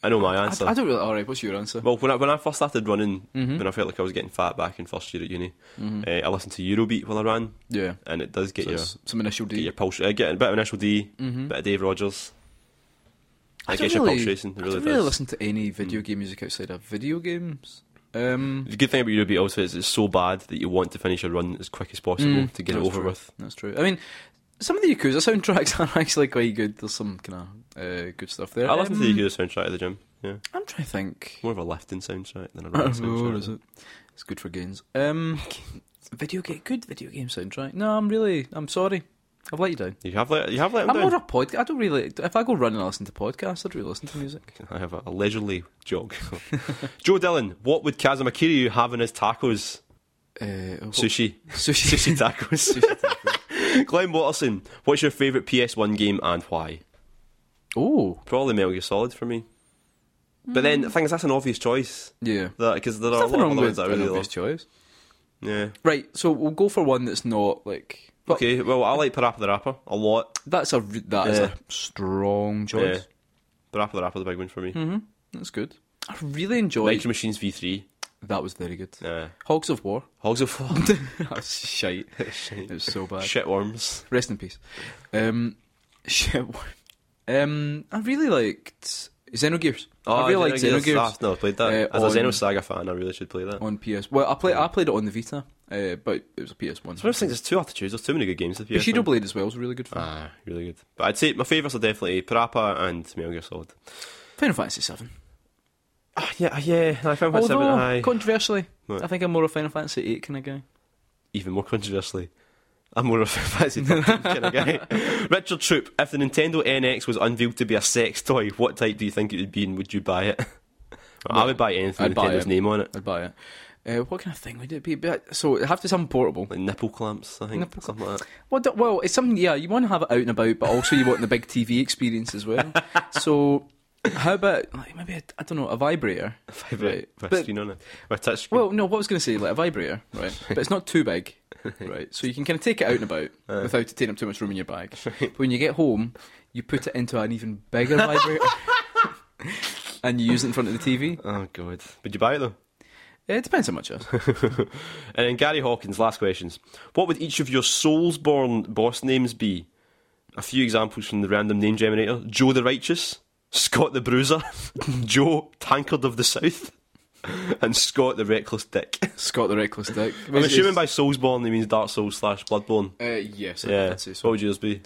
[SPEAKER 2] I know my
[SPEAKER 1] Hmm. I,
[SPEAKER 2] answer.
[SPEAKER 1] I Mm-hmm. don't really. All right, what's your answer?
[SPEAKER 2] well, when I, when I first started running, when I felt like I was getting fat back in first year at uni, uh, I listened to Eurobeat while I ran,
[SPEAKER 1] yeah.
[SPEAKER 2] and it does get
[SPEAKER 1] Mm-hmm. So
[SPEAKER 2] your
[SPEAKER 1] it's some initial D.
[SPEAKER 2] get
[SPEAKER 1] Mm-hmm.
[SPEAKER 2] your pulse. Uh, get a bit of initial D, bit of Dave Rogers.
[SPEAKER 1] I
[SPEAKER 2] It
[SPEAKER 1] don't
[SPEAKER 2] gets your pulse racing. It
[SPEAKER 1] I
[SPEAKER 2] really
[SPEAKER 1] don't really
[SPEAKER 2] does. Hmm.
[SPEAKER 1] listen to any video game music outside of video games. Um,
[SPEAKER 2] The good thing about Eurobeat also is it's so bad that you want to finish your run as quick as possible
[SPEAKER 1] Mm,
[SPEAKER 2] to get it
[SPEAKER 1] that's
[SPEAKER 2] over
[SPEAKER 1] true.
[SPEAKER 2] with.
[SPEAKER 1] That's true. I mean, some of the Yakuza soundtracks are actually quite good. There's some kind of uh, good stuff there.
[SPEAKER 2] I listen to
[SPEAKER 1] Um,
[SPEAKER 2] the Yakuza soundtrack at the gym. Yeah.
[SPEAKER 1] I'm trying to think.
[SPEAKER 2] More of a left in soundtrack than a
[SPEAKER 1] I
[SPEAKER 2] right
[SPEAKER 1] don't know,
[SPEAKER 2] soundtrack.
[SPEAKER 1] what is it? It's good for gains. Um, video game, good video game soundtrack. No, I'm really, I'm sorry, I've let you down.
[SPEAKER 2] You have let you have let him
[SPEAKER 1] I'm
[SPEAKER 2] down.
[SPEAKER 1] more a podcast. I don't really. If I go running, I listen to podcasts. I don't really listen to music.
[SPEAKER 2] I have a, a leisurely jog. Joe Dillon, what would Kazuma Kiryu have in his tacos?
[SPEAKER 1] Uh, oh,
[SPEAKER 2] Sushi.
[SPEAKER 1] sushi.
[SPEAKER 2] Sushi tacos. Glenn Watterson, what's your favourite PS1 game and why?
[SPEAKER 1] Oh,
[SPEAKER 2] Probably Metal Gear Solid for me. But then the thing is, that's an obvious choice.
[SPEAKER 1] yeah.
[SPEAKER 2] Because there are a
[SPEAKER 1] There's
[SPEAKER 2] lot
[SPEAKER 1] nothing
[SPEAKER 2] of
[SPEAKER 1] wrong
[SPEAKER 2] other
[SPEAKER 1] with
[SPEAKER 2] ones that I
[SPEAKER 1] an
[SPEAKER 2] really
[SPEAKER 1] obvious
[SPEAKER 2] love.
[SPEAKER 1] choice.
[SPEAKER 2] Yeah.
[SPEAKER 1] Right, so we'll go for one that's not like. But
[SPEAKER 2] Okay, well, I like Parappa the Rapper a lot.
[SPEAKER 1] That's a re- that is
[SPEAKER 2] Yeah.
[SPEAKER 1] a strong choice. Mm-hmm.
[SPEAKER 2] Yeah. Parappa the Rapper's a big one for
[SPEAKER 1] Hmm.
[SPEAKER 2] me.
[SPEAKER 1] That's good. I really enjoyed.
[SPEAKER 2] Micro Machines V3.
[SPEAKER 1] That was very good.
[SPEAKER 2] Yeah.
[SPEAKER 1] Hogs of War.
[SPEAKER 2] Hogs of War.
[SPEAKER 1] that was shite. It was so bad.
[SPEAKER 2] Shitworms.
[SPEAKER 1] Rest in peace. Um, shit. Um, I really liked Xenogears.
[SPEAKER 2] Oh,
[SPEAKER 1] I really liked Xenogears
[SPEAKER 2] I've never played that.
[SPEAKER 1] uh,
[SPEAKER 2] As a
[SPEAKER 1] on-
[SPEAKER 2] Xenosaga fan, I really should play that.
[SPEAKER 1] on PS. Well, I played I played it on the Vita, uh, but it was a PS One.
[SPEAKER 2] So I just think there's two attitudes. There's too many good games. The
[SPEAKER 1] Bushido Blade as well was really good fun.
[SPEAKER 2] Ah, really good. But I'd say my favourites are definitely Parappa and Metal Gear Solid.
[SPEAKER 1] Final Fantasy Seven.
[SPEAKER 2] Ah, yeah, yeah. I found
[SPEAKER 1] Although
[SPEAKER 2] seven. Aye.
[SPEAKER 1] controversially,
[SPEAKER 2] Right.
[SPEAKER 1] I think I'm more a Final Fantasy Eight kind of guy.
[SPEAKER 2] Even more controversially, I'm more of a fancy kind of guy. Richard Troop, if the Nintendo NX was unveiled to be a sex toy, what type do you think it would be, and would you buy it? I would buy anything
[SPEAKER 1] I'd
[SPEAKER 2] with
[SPEAKER 1] buy
[SPEAKER 2] Nintendo's
[SPEAKER 1] it.
[SPEAKER 2] name on it,
[SPEAKER 1] I'd buy it. Uh, what kind of thing would it be? But- So it have to be something portable.
[SPEAKER 2] like nipple clamps. I think
[SPEAKER 1] Nipple
[SPEAKER 2] something like that.
[SPEAKER 1] Well, d- well, it's something. Yeah, you want to have it out and about, but also you want the big TV experience as well. so, how about like maybe a, I don't know a vibrator?
[SPEAKER 2] Favourite
[SPEAKER 1] Right,
[SPEAKER 2] with a
[SPEAKER 1] but-
[SPEAKER 2] screen on it, with a touch screen.
[SPEAKER 1] Well, no, what I was going to say like a vibrator, right? But it's not too big, right? So you can kind of take it out and about
[SPEAKER 2] Uh.
[SPEAKER 1] without it taking up too much room in your bag. But when you get home, you put it into an even bigger vibrator. And you use it in front of the TV.
[SPEAKER 2] oh god, would you buy it though?
[SPEAKER 1] It depends how much it is.
[SPEAKER 2] And then Gary Hawkins, last questions. What would each of your Soulsborne boss names be? A few examples from the random name generator. Joe the Righteous. Scott the Bruiser, Joe Tankard of the South, and Scott the Reckless Dick.
[SPEAKER 1] Scott the Reckless Dick.
[SPEAKER 2] I'm assuming by Soulsborne he means Dark Souls slash Bloodborne.
[SPEAKER 1] Uh, yes, I
[SPEAKER 2] Yeah.
[SPEAKER 1] would say so.
[SPEAKER 2] What would yours be?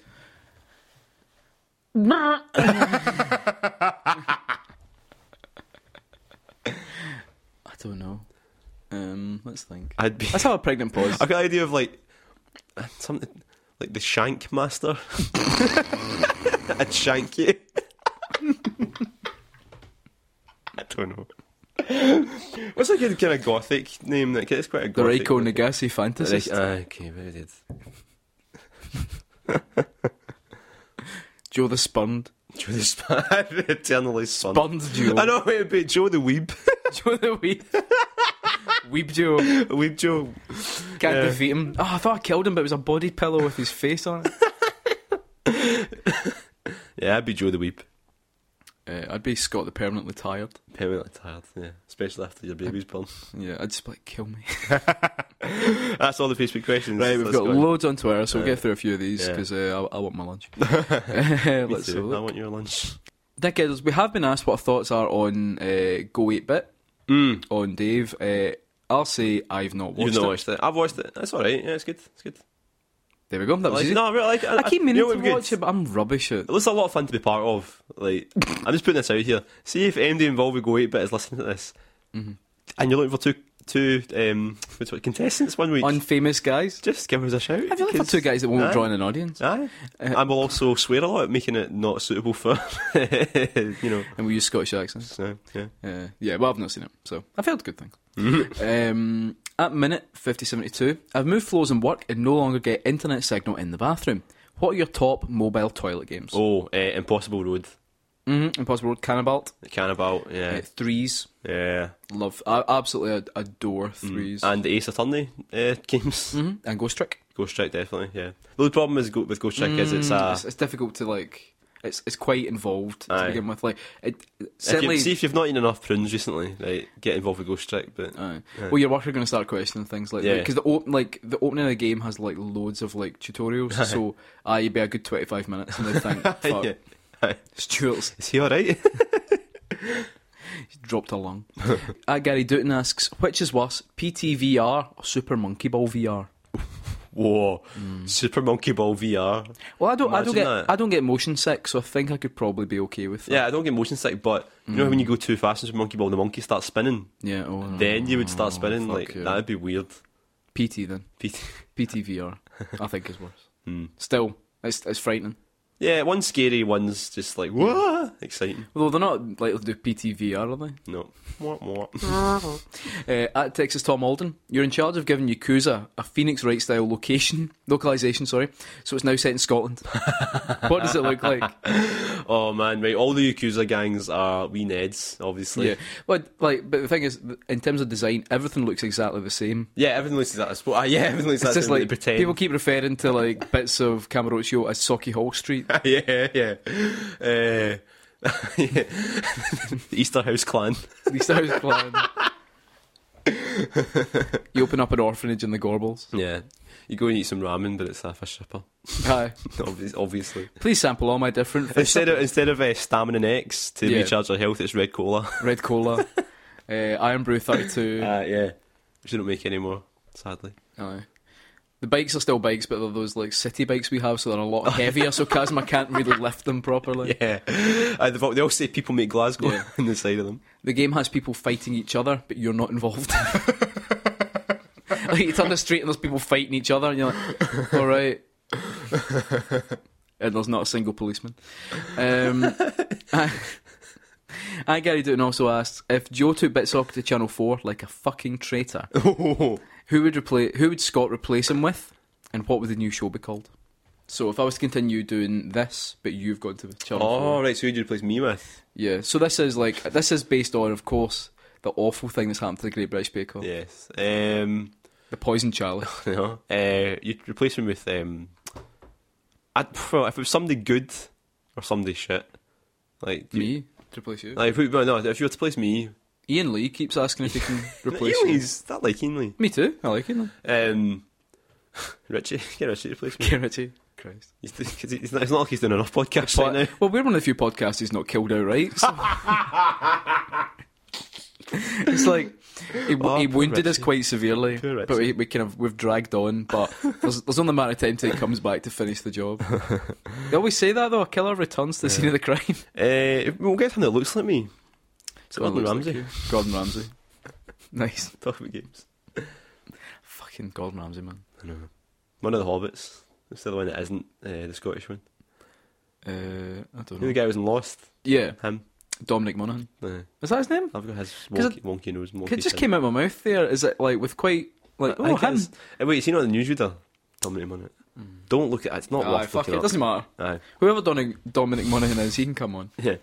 [SPEAKER 3] I don't know.
[SPEAKER 1] Um, let's think.
[SPEAKER 2] I'd be.
[SPEAKER 3] Let's have a pregnant pause.
[SPEAKER 2] I've got an idea of like something like the Shank Master. I'd shank you. I don't know. What's like a kind of gothic name that it's quite a
[SPEAKER 1] The
[SPEAKER 2] gothic.
[SPEAKER 1] Reiko Nagasi fantasy.
[SPEAKER 2] Uh, okay, very good.
[SPEAKER 3] Joe the Spurned.
[SPEAKER 2] Joe the Sp- Eternally Son.
[SPEAKER 3] Burned Joe.
[SPEAKER 2] I know it'd be Joe the Weeb.
[SPEAKER 3] Joe the Weeb. Weeb Joe.
[SPEAKER 2] Weeb Joe.
[SPEAKER 3] Can't
[SPEAKER 2] Yeah.
[SPEAKER 3] defeat him. Oh, I thought I killed him, but it was a body pillow with his face on it.
[SPEAKER 2] Yeah, I'd be Joe the Weeb.
[SPEAKER 1] Uh, I'd be Scott the Permanently Tired.
[SPEAKER 2] Permanently tired, yeah. Especially after your baby's born.
[SPEAKER 1] Yeah, I'd just be like, kill me.
[SPEAKER 2] That's all the Facebook questions.
[SPEAKER 1] Right, we've
[SPEAKER 2] Let's
[SPEAKER 1] got
[SPEAKER 2] go.
[SPEAKER 1] loads on Twitter, so we'll
[SPEAKER 2] Yeah.
[SPEAKER 1] get through a few of these
[SPEAKER 2] Yeah.
[SPEAKER 1] because uh, I, I want my lunch. Uh, Let's
[SPEAKER 2] Me
[SPEAKER 1] have a
[SPEAKER 2] too. I
[SPEAKER 1] look.
[SPEAKER 2] want your lunch.
[SPEAKER 1] Dickheaders, we have been asked what our thoughts are on uh, Go 8 Bit,
[SPEAKER 3] Hmm.
[SPEAKER 2] Mm.
[SPEAKER 1] on Dave. Uh, I'll say I've not watched
[SPEAKER 2] You've
[SPEAKER 1] it.
[SPEAKER 2] not watched it. I've watched it. That's alright. Yeah, it's good. It's good.
[SPEAKER 1] There we go. That
[SPEAKER 2] I
[SPEAKER 1] was
[SPEAKER 2] like,
[SPEAKER 1] easy.
[SPEAKER 2] no, I really like it.
[SPEAKER 1] I keep
[SPEAKER 2] you
[SPEAKER 1] meaning
[SPEAKER 2] know
[SPEAKER 1] to
[SPEAKER 2] what would be
[SPEAKER 1] watch
[SPEAKER 2] good?
[SPEAKER 1] it, but I'm rubbish at
[SPEAKER 2] It looks a lot of fun to be part of. Like, I'm just putting this out here. See if MD involved with Go 8 Bit is listening to this,
[SPEAKER 1] Mm-hmm.
[SPEAKER 2] and you're looking for two two um what's it, contestants one week.
[SPEAKER 3] Unfamous guys.
[SPEAKER 2] just give us a shout.
[SPEAKER 1] Have you looked for
[SPEAKER 2] because-
[SPEAKER 1] two guys Uh, that won't
[SPEAKER 2] Aye.
[SPEAKER 1] draw in an audience?
[SPEAKER 2] Aye. I will also swear a lot, making it not suitable for you know.
[SPEAKER 1] And we use Scottish accents.
[SPEAKER 2] So yeah.
[SPEAKER 1] Uh, yeah, well, I've not seen it, so I've heard good things. um, at minute 5072, I've moved floors in work and no longer get internet signal in the bathroom. What are your top mobile toilet games?
[SPEAKER 2] Oh, uh, Impossible Road,
[SPEAKER 1] Mhm, Impossible Road, Cannibalt,
[SPEAKER 2] Cannibal,
[SPEAKER 1] uh,
[SPEAKER 2] yeah,
[SPEAKER 1] Threes,
[SPEAKER 2] yeah,
[SPEAKER 1] love, I absolutely ad-
[SPEAKER 2] Mm.
[SPEAKER 1] adore Threes,
[SPEAKER 2] and the Ace Attorney uh, games.
[SPEAKER 1] Mhm, and Ghost Trick.
[SPEAKER 2] Ghost Trick definitely, yeah. The only problem is go- with Ghost Trick is it's a
[SPEAKER 1] Mm, it's, it's difficult to like. It's it's quite involved to
[SPEAKER 2] Aye.
[SPEAKER 1] begin with. Like it,
[SPEAKER 2] If
[SPEAKER 1] certainly.
[SPEAKER 2] you, see if you've not eaten enough prunes recently, right? Get involved with Ghost Trick, but
[SPEAKER 1] Aye. Well, your work are going to start questioning things like
[SPEAKER 2] Yeah.
[SPEAKER 1] because the op- like the opening of the game has like loads of like tutorials, so I would be a good twenty five minutes, and they think, "Fuck,
[SPEAKER 2] Yeah.
[SPEAKER 1] Stuart's
[SPEAKER 2] is he all right?
[SPEAKER 1] dropped a lung." At Gary Dutton asks, "Which is worse, PTVR or Super Monkey Ball VR?"
[SPEAKER 2] Whoa,
[SPEAKER 1] Mm.
[SPEAKER 2] Super Monkey Ball VR.
[SPEAKER 1] Well, I don't, I don't
[SPEAKER 2] Imagine
[SPEAKER 1] get,
[SPEAKER 2] that.
[SPEAKER 1] I don't get motion sick, so I think I could probably be okay with that.
[SPEAKER 2] Yeah, I don't get motion sick, but you
[SPEAKER 1] Mm.
[SPEAKER 2] know when you go too fast in Super Monkey Ball, the monkey starts spinning.
[SPEAKER 1] Yeah, oh, no.
[SPEAKER 2] Then you would start spinning.
[SPEAKER 1] fuck
[SPEAKER 2] like
[SPEAKER 1] yeah.
[SPEAKER 2] that'd be weird.
[SPEAKER 1] PT then
[SPEAKER 2] Pete-
[SPEAKER 1] PTVR, I think is worse.
[SPEAKER 2] Hmm.
[SPEAKER 1] Still, it's it's frightening.
[SPEAKER 2] Yeah, one's scary, one's just like whoa, exciting.
[SPEAKER 1] Although they're not likely to do PTVR, are they?
[SPEAKER 2] No, what what?
[SPEAKER 1] Uh, at Texas Tom Alden, you're in charge of giving Yakuza a Phoenix Wright style location, localization, sorry, so it's now set in Scotland. what does it look like?
[SPEAKER 2] Oh man, right. All the Yakuza gangs are wee Neds, obviously.
[SPEAKER 1] Yeah,
[SPEAKER 2] Yeah,
[SPEAKER 1] but like, but the thing is, in terms of design, everything looks exactly the same.
[SPEAKER 2] everything looks like that. Well, ah, yeah, everything looks
[SPEAKER 1] It's
[SPEAKER 2] like
[SPEAKER 1] just
[SPEAKER 2] that. Like,
[SPEAKER 1] like
[SPEAKER 2] pretend.
[SPEAKER 1] people keep referring to like bits of Camarocho as Socky Hall Street.
[SPEAKER 2] yeah, yeah. Uh, yeah. the Easter House Clan.
[SPEAKER 1] These house plan. you open up an orphanage in the Gorbals.
[SPEAKER 2] Yeah. You go and eat some ramen, but it's a fish supper.
[SPEAKER 1] Aye.
[SPEAKER 2] Obvi- Obviously.
[SPEAKER 1] Please sample all my different fish
[SPEAKER 2] Instead of, instead of uh, stamina X to
[SPEAKER 1] Yeah.
[SPEAKER 2] recharge our health, it's red cola.
[SPEAKER 1] red cola, uh, Iron Brew thirty two.
[SPEAKER 2] Uh, yeah. Which they don't make anymore, sadly.
[SPEAKER 1] Aye. The bikes are still bikes, but they're those like city bikes we have, so they're a lot heavier. so Kazma can't really lift them properly.
[SPEAKER 2] Yeah. Uh, they've al- they all say people make Glasgow
[SPEAKER 1] Yeah.
[SPEAKER 2] on the side of them.
[SPEAKER 1] The game has people fighting each other, but you're not involved. like you turn the street and there's people fighting each other, and you're like, all right. and there's not a single policeman. Um, I, I Gary Dutton also asked if Joe took Bitsocket to Channel Four like a fucking traitor. Who would replace? Who would Scott replace him with? And what would the new show be called? So if I was to continue doing this, but you've gone to Channel
[SPEAKER 2] oh,
[SPEAKER 1] Four,
[SPEAKER 2] right. So who do you replace me with?
[SPEAKER 1] yeah. So this is like this is based on, of course, the awful thing that's happened to the Great British Bake Off,
[SPEAKER 2] Yes. Um,
[SPEAKER 1] the poison Charlie.
[SPEAKER 2] no. Uh, you'd replace me with. Um, I'd, well, if it was somebody good or somebody shit. Like, you-
[SPEAKER 1] Me to replace you.
[SPEAKER 2] Like, who- well, no, if you were to place me,
[SPEAKER 1] Ian Lee keeps asking if he can replace you.
[SPEAKER 2] Ely's that like Ely.
[SPEAKER 1] Me too. I like Ian. Lee.
[SPEAKER 2] Um, Richie, get Richie to place me.
[SPEAKER 1] Get Richie. Christ.
[SPEAKER 2] He's, 'cause he's not, it's not like he's doing enough podcasts right now.
[SPEAKER 1] Well, we're one of the few podcasts he's not killed outright. So. it's like he, w
[SPEAKER 2] Oh,
[SPEAKER 1] he
[SPEAKER 2] poor
[SPEAKER 1] wounded us
[SPEAKER 2] Richie.
[SPEAKER 1] quite severely,
[SPEAKER 2] Poor
[SPEAKER 1] but we, we kind of we've dragged on. But there's, there's only a matter of time till he comes back to finish the job. they always say that though. A killer returns to the scene of the crime.
[SPEAKER 2] Uh, we'll get him that looks like me. It's Gordon
[SPEAKER 1] looks
[SPEAKER 2] Ramsay.
[SPEAKER 1] like you. Gordon Ramsay. Nice.
[SPEAKER 2] Talk about games.
[SPEAKER 1] Fucking Gordon Ramsay, man.
[SPEAKER 2] I know. One of the Hobbits. It's the other one that isn't uh, the Scottish one.
[SPEAKER 1] Uh, I don't
[SPEAKER 2] You know
[SPEAKER 1] know.
[SPEAKER 2] the guy who was in Lost?
[SPEAKER 1] Yeah,
[SPEAKER 2] Him.
[SPEAKER 1] Dominic Monaghan.
[SPEAKER 2] Uh,
[SPEAKER 1] Is that his name?
[SPEAKER 2] I've got his
[SPEAKER 1] 'Cause
[SPEAKER 2] wonky, wonky nose. Wonky
[SPEAKER 1] It just
[SPEAKER 2] chin.
[SPEAKER 1] came out of my mouth there. Is it like with quite like
[SPEAKER 2] I-
[SPEAKER 1] oh
[SPEAKER 2] I think it
[SPEAKER 1] him?
[SPEAKER 2] is. Uh, wait, is he not the newsreader? Tell him on it. Don't look at it. It's not
[SPEAKER 1] Aye,
[SPEAKER 2] worth
[SPEAKER 1] fuck
[SPEAKER 2] looking
[SPEAKER 1] it.
[SPEAKER 2] up.
[SPEAKER 1] Doesn't matter.
[SPEAKER 2] Aye.
[SPEAKER 1] Whoever Dominic, Dominic Monaghan is, he can come on.
[SPEAKER 2] Yeah.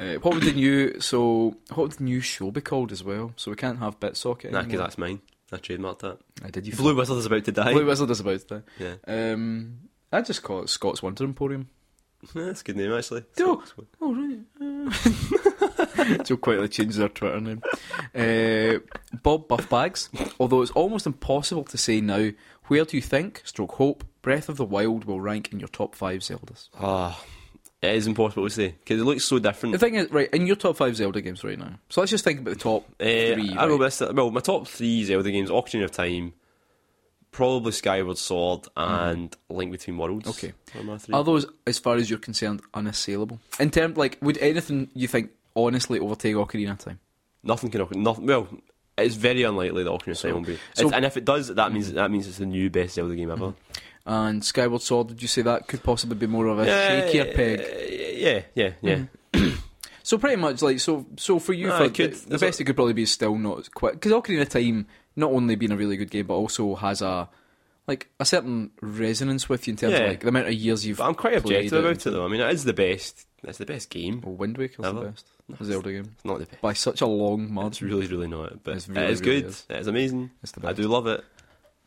[SPEAKER 1] Uh, what would the new so what would the new show be called as well? So we can't have Bitsocket.
[SPEAKER 2] Nah, because
[SPEAKER 1] anymore.
[SPEAKER 2] that's mine. I trademarked that.
[SPEAKER 1] I did you
[SPEAKER 2] Blue Wizard is about to die.
[SPEAKER 1] Blue Wizard is about that.
[SPEAKER 2] yeah.
[SPEAKER 1] Um, I just call it Scott's Winter Emporium.
[SPEAKER 2] Yeah, That's a good name, actually.
[SPEAKER 1] Do-
[SPEAKER 2] It's- it's-
[SPEAKER 1] Oh right. Uh. so quietly change their Twitter name. Uh, Bob Buffbags. Although it's almost impossible to say now, where do you think, stroke hope, Breath of the Wild will rank in your top five Zeldas?
[SPEAKER 2] Ah, it is impossible to say because it looks so different.
[SPEAKER 1] The thing is, right, in your top five Zelda games right now. So let's just think about the top
[SPEAKER 2] Eh,
[SPEAKER 1] three.
[SPEAKER 2] I
[SPEAKER 1] right?
[SPEAKER 2] will miss it. Well, my top three Zelda games: Ocarina of Time, probably Skyward Sword, and Link Between Worlds.
[SPEAKER 1] Okay.
[SPEAKER 2] are my three.
[SPEAKER 1] Are those, as far as you're concerned, unassailable? In terms, like, would anything you think honestly overtake Ocarina of Time?
[SPEAKER 2] nothing can. Nothing. Well, it's very unlikely that Ocarina of Time will be.
[SPEAKER 1] so-
[SPEAKER 2] It's- and if it does, that means that means it's the new best Zelda game ever.
[SPEAKER 1] And Skyward Sword, did you say that could possibly be more of a
[SPEAKER 2] Eh,
[SPEAKER 1] shakier Hmm. peg?
[SPEAKER 2] eh, Yeah, yeah, yeah.
[SPEAKER 1] So pretty much, like, so so for you,
[SPEAKER 2] Nah,
[SPEAKER 1] for
[SPEAKER 2] it could-
[SPEAKER 1] the, the
[SPEAKER 2] there's
[SPEAKER 1] best it could probably be is still not quite because Ocarina of Time not only being a really good game, but also has a like a certain resonance with you in terms
[SPEAKER 2] Yeah.
[SPEAKER 1] of like the amount of years you've.
[SPEAKER 2] But I'm quite
[SPEAKER 1] played
[SPEAKER 2] objective about
[SPEAKER 1] it.
[SPEAKER 2] it though. I mean, it is the best. It's the best game.
[SPEAKER 1] Well, Oh, Wind Waker's the
[SPEAKER 2] Ever.
[SPEAKER 1] best Zelda game
[SPEAKER 2] It's not the best.
[SPEAKER 1] by such a long
[SPEAKER 2] It's
[SPEAKER 1] margin.
[SPEAKER 2] really, really not. But
[SPEAKER 1] It's
[SPEAKER 2] it's
[SPEAKER 1] really, really
[SPEAKER 2] good.
[SPEAKER 1] is.
[SPEAKER 2] It is amazing.
[SPEAKER 1] It's the
[SPEAKER 2] I
[SPEAKER 1] best.
[SPEAKER 2] do love it.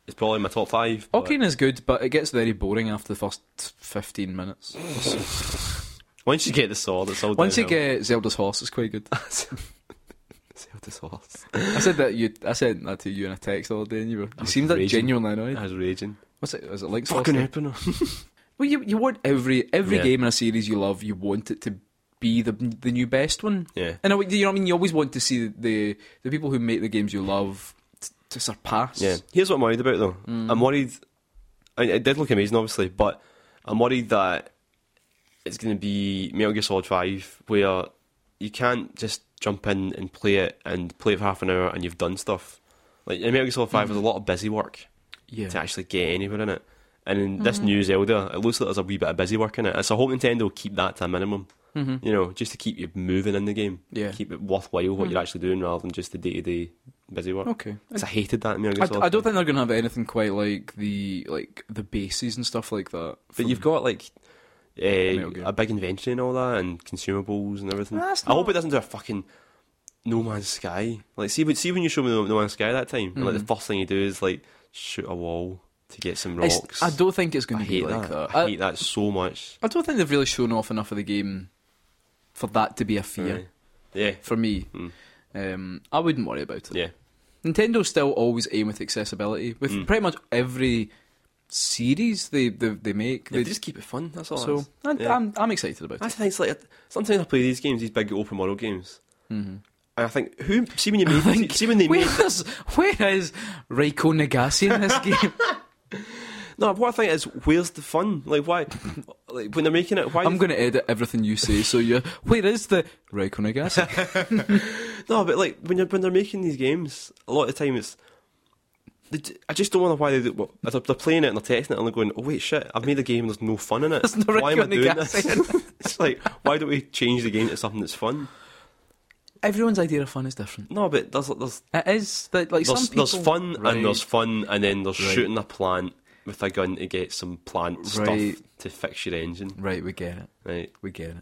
[SPEAKER 2] It's probably in my top five. but-
[SPEAKER 1] Ocarina is good, but it gets very boring after the first fifteen minutes.
[SPEAKER 2] Once you get the sword, it's all
[SPEAKER 1] Once you
[SPEAKER 2] downhill.
[SPEAKER 1] get Zelda's horse, it's quite good.
[SPEAKER 2] Zelda's horse.
[SPEAKER 1] I said that you. I sent that to you in a text all day, and you were. You
[SPEAKER 2] was
[SPEAKER 1] seemed like
[SPEAKER 2] raging. Uh,
[SPEAKER 1] genuinely annoyed.
[SPEAKER 2] I was raging.
[SPEAKER 1] What's it? Is it Link's horse?
[SPEAKER 2] opener.
[SPEAKER 1] Well, you you want every every
[SPEAKER 2] Yeah.
[SPEAKER 1] game in a series you love, you want it to be the the new best one.
[SPEAKER 2] Yeah.
[SPEAKER 1] And I, you know what I mean. You always want to see the the people who make the games you love t- to surpass.
[SPEAKER 2] Yeah. Here's what I'm worried about though.
[SPEAKER 1] Mm.
[SPEAKER 2] I'm worried. I mean, it did look amazing, obviously, but I'm worried that it's going to be Metal Gear Solid Five, where you can't just jump in and play it and play it for half an hour and you've done stuff. Like in Metal Gear Solid 5 there's a lot of busy work
[SPEAKER 1] Mm-hmm. yeah. Mm-hmm.
[SPEAKER 2] to actually get anywhere in it. And in this new Zelda, it looks like there's a wee bit of busy work in it. So I hope Nintendo will keep that to a minimum.
[SPEAKER 1] Mhm.
[SPEAKER 2] You know, just to keep you moving in the game.
[SPEAKER 1] Yeah. Mm.
[SPEAKER 2] Keep it worthwhile what you're actually doing rather than just the day to day busy work.
[SPEAKER 1] Okay.
[SPEAKER 2] 'Cause I hated that in Metal
[SPEAKER 1] I,
[SPEAKER 2] Gear Solid.
[SPEAKER 1] I don't think they're gonna have anything quite like the like the bases and stuff like that.
[SPEAKER 2] But
[SPEAKER 1] from-
[SPEAKER 2] you've got like
[SPEAKER 1] Metal Gear.
[SPEAKER 2] uh, a big inventory and all that, and consumables and everything.
[SPEAKER 4] That's
[SPEAKER 2] I hope
[SPEAKER 4] not-
[SPEAKER 2] it doesn't do a fucking No Man's Sky. Like, see, when- see when you show me No No Man's Sky that time,
[SPEAKER 1] Mm.
[SPEAKER 2] and like the first thing you do is like shoot a wall to get some
[SPEAKER 1] It's-
[SPEAKER 2] rocks.
[SPEAKER 1] I don't think it's
[SPEAKER 2] I
[SPEAKER 1] gonna be
[SPEAKER 2] hate
[SPEAKER 1] like
[SPEAKER 2] that.
[SPEAKER 1] that. Uh,
[SPEAKER 2] I,
[SPEAKER 1] I,
[SPEAKER 2] hate that so much.
[SPEAKER 1] I don't think they've really shown off enough of the game for that to be a fear
[SPEAKER 2] Aye. Yeah,
[SPEAKER 1] for me.
[SPEAKER 2] Mm.
[SPEAKER 1] Um, I wouldn't worry about it.
[SPEAKER 2] yeah.
[SPEAKER 1] Nintendo still always aim with accessibility with
[SPEAKER 2] Hmm.
[SPEAKER 1] pretty much every series they they, they make.
[SPEAKER 2] They
[SPEAKER 1] They,
[SPEAKER 2] just keep it fun. That's all.
[SPEAKER 1] so I,
[SPEAKER 2] yeah.
[SPEAKER 1] I'm I'm excited about
[SPEAKER 2] I
[SPEAKER 1] it.
[SPEAKER 2] think it's like sometimes I play these games, these big open world games,
[SPEAKER 1] Mhm.
[SPEAKER 2] and I think who see when you made
[SPEAKER 1] think-
[SPEAKER 2] see when they made
[SPEAKER 1] Where is where is Reiko Nagase in this game?
[SPEAKER 2] no. What I think is where's the fun? Like why? like when they're making it, why?
[SPEAKER 1] I'm going to edit everything you say. So you where is the Reiko Nagase?
[SPEAKER 2] No, but like when you're, when they're making these games, a lot of the time it's. They, j- I just don't wonder why they do, well, they're, they're playing it and they're texting it and they're going, "Oh wait, shit! I've made a game and there's no fun in it.
[SPEAKER 1] There's no
[SPEAKER 2] why am
[SPEAKER 1] Rick
[SPEAKER 2] I
[SPEAKER 1] on
[SPEAKER 2] doing
[SPEAKER 1] the gas
[SPEAKER 2] this?" it's like, why don't we change the game to something that's fun?
[SPEAKER 1] Everyone's idea of fun is different.
[SPEAKER 2] No, but there's there's
[SPEAKER 1] It is that like
[SPEAKER 2] there's,
[SPEAKER 1] some people.
[SPEAKER 2] there's fun
[SPEAKER 1] Right.
[SPEAKER 2] and there's fun and then there's
[SPEAKER 1] Right.
[SPEAKER 2] shooting a plant with a gun to get some plant
[SPEAKER 1] Right.
[SPEAKER 2] stuff to fix your engine,
[SPEAKER 1] Right, we get it.
[SPEAKER 2] right?
[SPEAKER 1] We get it.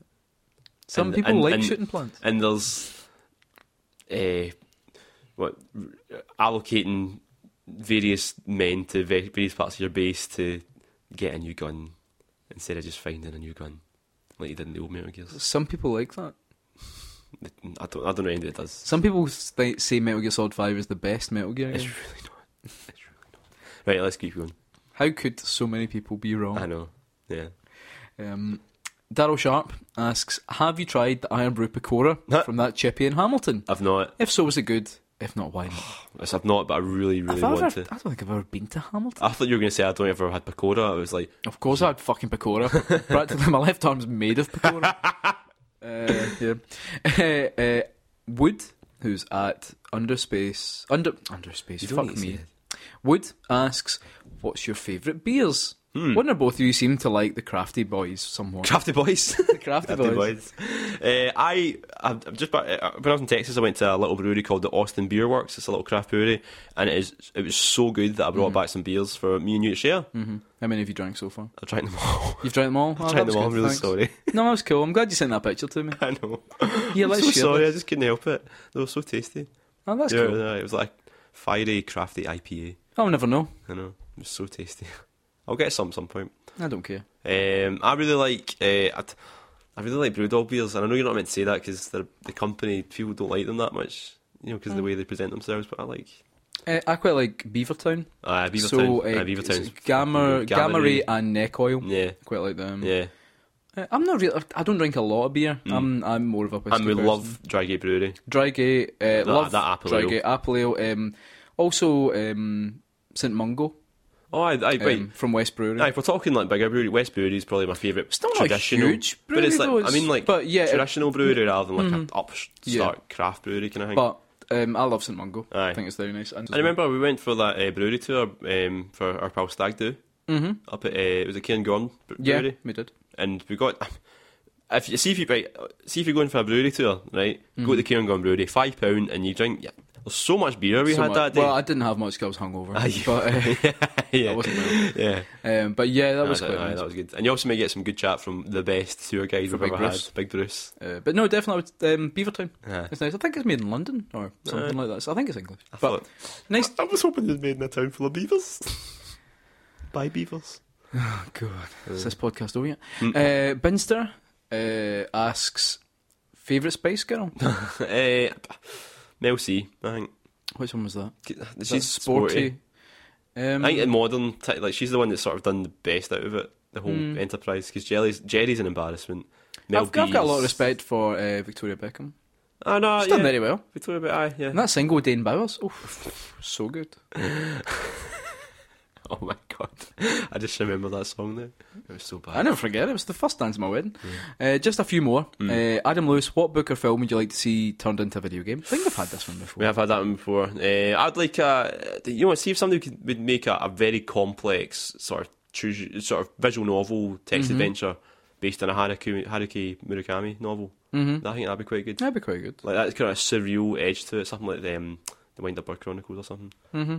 [SPEAKER 1] Some
[SPEAKER 2] And-
[SPEAKER 1] people
[SPEAKER 2] and-
[SPEAKER 1] like
[SPEAKER 2] and-
[SPEAKER 1] shooting plants.
[SPEAKER 2] and there's uh, what allocating various men to ve- various parts of your base to get a new gun instead of just finding a new gun like you did in the old Metal Gears.
[SPEAKER 1] Some people like that.
[SPEAKER 2] I don't, I don't know anything that does.
[SPEAKER 1] Some people th- say Metal Gear Solid Five is the best Metal Gear
[SPEAKER 2] It's
[SPEAKER 1] game.
[SPEAKER 2] really not. It's really not. Right, let's keep going.
[SPEAKER 1] How could so many people be wrong?
[SPEAKER 2] I know. Yeah.
[SPEAKER 1] Um, Daryl Sharp asks, "Have you tried the Iron Brew Pecora from that chippy in Hamilton?
[SPEAKER 2] I've not.
[SPEAKER 1] If so, was it good? If not, why not?
[SPEAKER 2] It's- I've not, but I really, really
[SPEAKER 1] Have I,
[SPEAKER 2] want
[SPEAKER 1] ever,
[SPEAKER 2] to.
[SPEAKER 1] I don't think I've ever been to Hamilton.
[SPEAKER 2] I thought you were going to say I don't ever had pakora. I was like,
[SPEAKER 1] Of course, I had fucking pakora. Practically, my left arm's made of pakora. uh, yeah. Uh, uh, Wood, who's at underspace under underspace.
[SPEAKER 2] You don't
[SPEAKER 1] fuck
[SPEAKER 2] need to
[SPEAKER 1] me.
[SPEAKER 2] say
[SPEAKER 1] Wood asks, "What's your favourite beers?" One or both of you seem to like the crafty boys somewhat.
[SPEAKER 2] Hmm. crafty boys.
[SPEAKER 1] the crafty,
[SPEAKER 2] Crafty boys. Uh, I, I'm I'm just back, uh, when I was in Texas, I went to a little brewery called the Austin Beer Works. It's a little craft brewery, and it is it was so good that I
[SPEAKER 1] Mm.
[SPEAKER 2] brought back some beers for me and you to share.
[SPEAKER 1] hmm How many have you drank so far?
[SPEAKER 2] I tried them all.
[SPEAKER 1] You've drank them all. Oh,
[SPEAKER 2] I
[SPEAKER 1] that
[SPEAKER 2] tried
[SPEAKER 1] was
[SPEAKER 2] them all.
[SPEAKER 1] good,
[SPEAKER 2] I'm really
[SPEAKER 1] thanks.
[SPEAKER 2] sorry.
[SPEAKER 1] No, that was cool. I'm glad you sent that picture to me.
[SPEAKER 2] I know.
[SPEAKER 1] Yeah,
[SPEAKER 2] I'm
[SPEAKER 1] let's
[SPEAKER 2] so
[SPEAKER 1] share
[SPEAKER 2] sorry. I
[SPEAKER 1] this.
[SPEAKER 2] just couldn't help it. They were so tasty.
[SPEAKER 1] Oh, that's
[SPEAKER 2] They were-
[SPEAKER 1] cool.
[SPEAKER 2] uh, it was like fiery, crafty IPA.
[SPEAKER 1] I'll never know.
[SPEAKER 2] I know. It was so tasty. I'll get some some point.
[SPEAKER 1] I don't care.
[SPEAKER 2] Um, I really like. Uh, I, t- I really like Brewdog beers, and I know you're not meant to say that because the company people don't like them that much, you know, because of the way they present themselves. But I like.
[SPEAKER 1] Uh, I quite like Beavertown.
[SPEAKER 2] Uh, Beavertown.
[SPEAKER 1] so, uh,
[SPEAKER 2] uh, Beavertown's
[SPEAKER 1] it's Gamma,
[SPEAKER 2] fucking good. Gamma
[SPEAKER 1] Gamma Ray
[SPEAKER 2] Ray.
[SPEAKER 1] and Neck Oil.
[SPEAKER 2] Yeah,
[SPEAKER 1] Quite like them.
[SPEAKER 2] yeah. Mm.
[SPEAKER 1] Uh, I'm not real. I don't drink a lot of beer. I'm I'm more of a whiskey
[SPEAKER 2] And we
[SPEAKER 1] person.
[SPEAKER 2] love Drygate Brewery.
[SPEAKER 1] Drygate. Uh,
[SPEAKER 2] That-
[SPEAKER 1] love
[SPEAKER 2] that apple
[SPEAKER 1] Drygate
[SPEAKER 2] ale.
[SPEAKER 1] apple ale. Um, also um, St Mungo
[SPEAKER 2] Oh, I, I
[SPEAKER 1] um,
[SPEAKER 2] wait.
[SPEAKER 1] from West Brewery.
[SPEAKER 2] Aye, if we're talking like bigger brewery, West Brewery is probably my favourite.
[SPEAKER 1] Still not a
[SPEAKER 2] traditional,
[SPEAKER 1] huge brewery
[SPEAKER 2] but it's like
[SPEAKER 1] though, it's-
[SPEAKER 2] I mean, like
[SPEAKER 1] but yeah, it- Mm-hmm.
[SPEAKER 2] traditional brewery rather than like an upstart
[SPEAKER 1] Yeah.
[SPEAKER 2] craft brewery kind of thing.
[SPEAKER 1] but um, I love St Mungo. I
[SPEAKER 2] Aye.
[SPEAKER 1] think it's very nice. And
[SPEAKER 2] I remember we went for that uh, brewery tour um, for our pal Stag Do
[SPEAKER 1] hmm
[SPEAKER 2] up at uh, it was a Cairngorm bre-
[SPEAKER 1] Yeah,
[SPEAKER 2] brewery,
[SPEAKER 1] we did.
[SPEAKER 2] and we got. If you see if you right, see if you're going for a brewery tour, right?
[SPEAKER 1] Mm.
[SPEAKER 2] Go to the Cairngorm Brewery, five pound, and you drink. Yeah, there's so much beer we
[SPEAKER 1] So
[SPEAKER 2] had
[SPEAKER 1] much-
[SPEAKER 2] that day.
[SPEAKER 1] Well, I didn't have much 'cause I was hungover.
[SPEAKER 2] Aye.
[SPEAKER 1] but, uh,
[SPEAKER 2] yeah,
[SPEAKER 1] I wasn't well.
[SPEAKER 2] yeah.
[SPEAKER 1] Um, but yeah, that
[SPEAKER 2] Aye,
[SPEAKER 1] was quite
[SPEAKER 2] aye,
[SPEAKER 1] nice.
[SPEAKER 2] that was good. And you also may get some good chat from the best tour guide
[SPEAKER 1] From
[SPEAKER 2] we've
[SPEAKER 1] Big
[SPEAKER 2] ever
[SPEAKER 1] Bruce.
[SPEAKER 2] had, Big Bruce.
[SPEAKER 1] Uh, but no, definitely I would- um, Beavertown.
[SPEAKER 2] Yeah.
[SPEAKER 1] It's nice. I think it's made in London or something like that. So I think it's English.
[SPEAKER 2] I
[SPEAKER 1] but
[SPEAKER 2] thought
[SPEAKER 1] nice.
[SPEAKER 2] I was hoping it was made in a town full of beavers. By beavers.
[SPEAKER 1] Oh God, is this podcast over yet?
[SPEAKER 2] Mm.
[SPEAKER 1] Uh, Binster uh, asks, favorite Spice Girl.
[SPEAKER 2] uh, Mel C, I think.
[SPEAKER 1] Which one was that?
[SPEAKER 2] She's
[SPEAKER 1] That's
[SPEAKER 2] sporty.
[SPEAKER 1] Um,
[SPEAKER 2] I think in modern, t- like she's the one that's sort of done the best out of it, the whole
[SPEAKER 1] Mm.
[SPEAKER 2] enterprise. Because Jerry's, Jerry's an embarrassment. Mel
[SPEAKER 1] I've, I've got a lot of
[SPEAKER 2] B's-
[SPEAKER 1] respect for uh, Victoria Beckham.
[SPEAKER 2] I know,
[SPEAKER 1] She's
[SPEAKER 2] Oh, yeah.
[SPEAKER 1] done very well.
[SPEAKER 2] Victoria, but aye, yeah.
[SPEAKER 1] And that single with Dane Bowers, oof, so good.
[SPEAKER 2] Oh my god, I just remember that song now. It was so bad.
[SPEAKER 1] I never forget it. It was the first dance of my wedding. Uh, just a few more.
[SPEAKER 2] Mm.
[SPEAKER 1] Uh, Adam Lewis, what book or film would you like to see turned into a video game? I think I've had this one before.
[SPEAKER 2] We have had that one before. Uh, I'd like a, you know, see if somebody could, would make a, a very complex sort of choose, sort of visual novel text
[SPEAKER 1] Mm-hmm.
[SPEAKER 2] adventure based on a Haruki, Haruki Murakami novel.
[SPEAKER 1] Mm-hmm.
[SPEAKER 2] I think that'd be quite good.
[SPEAKER 1] That'd be quite good.
[SPEAKER 2] Like that's kind of a surreal edge to it, something like the um, the Wind Up Bird Chronicles or something.
[SPEAKER 1] Mm-hmm.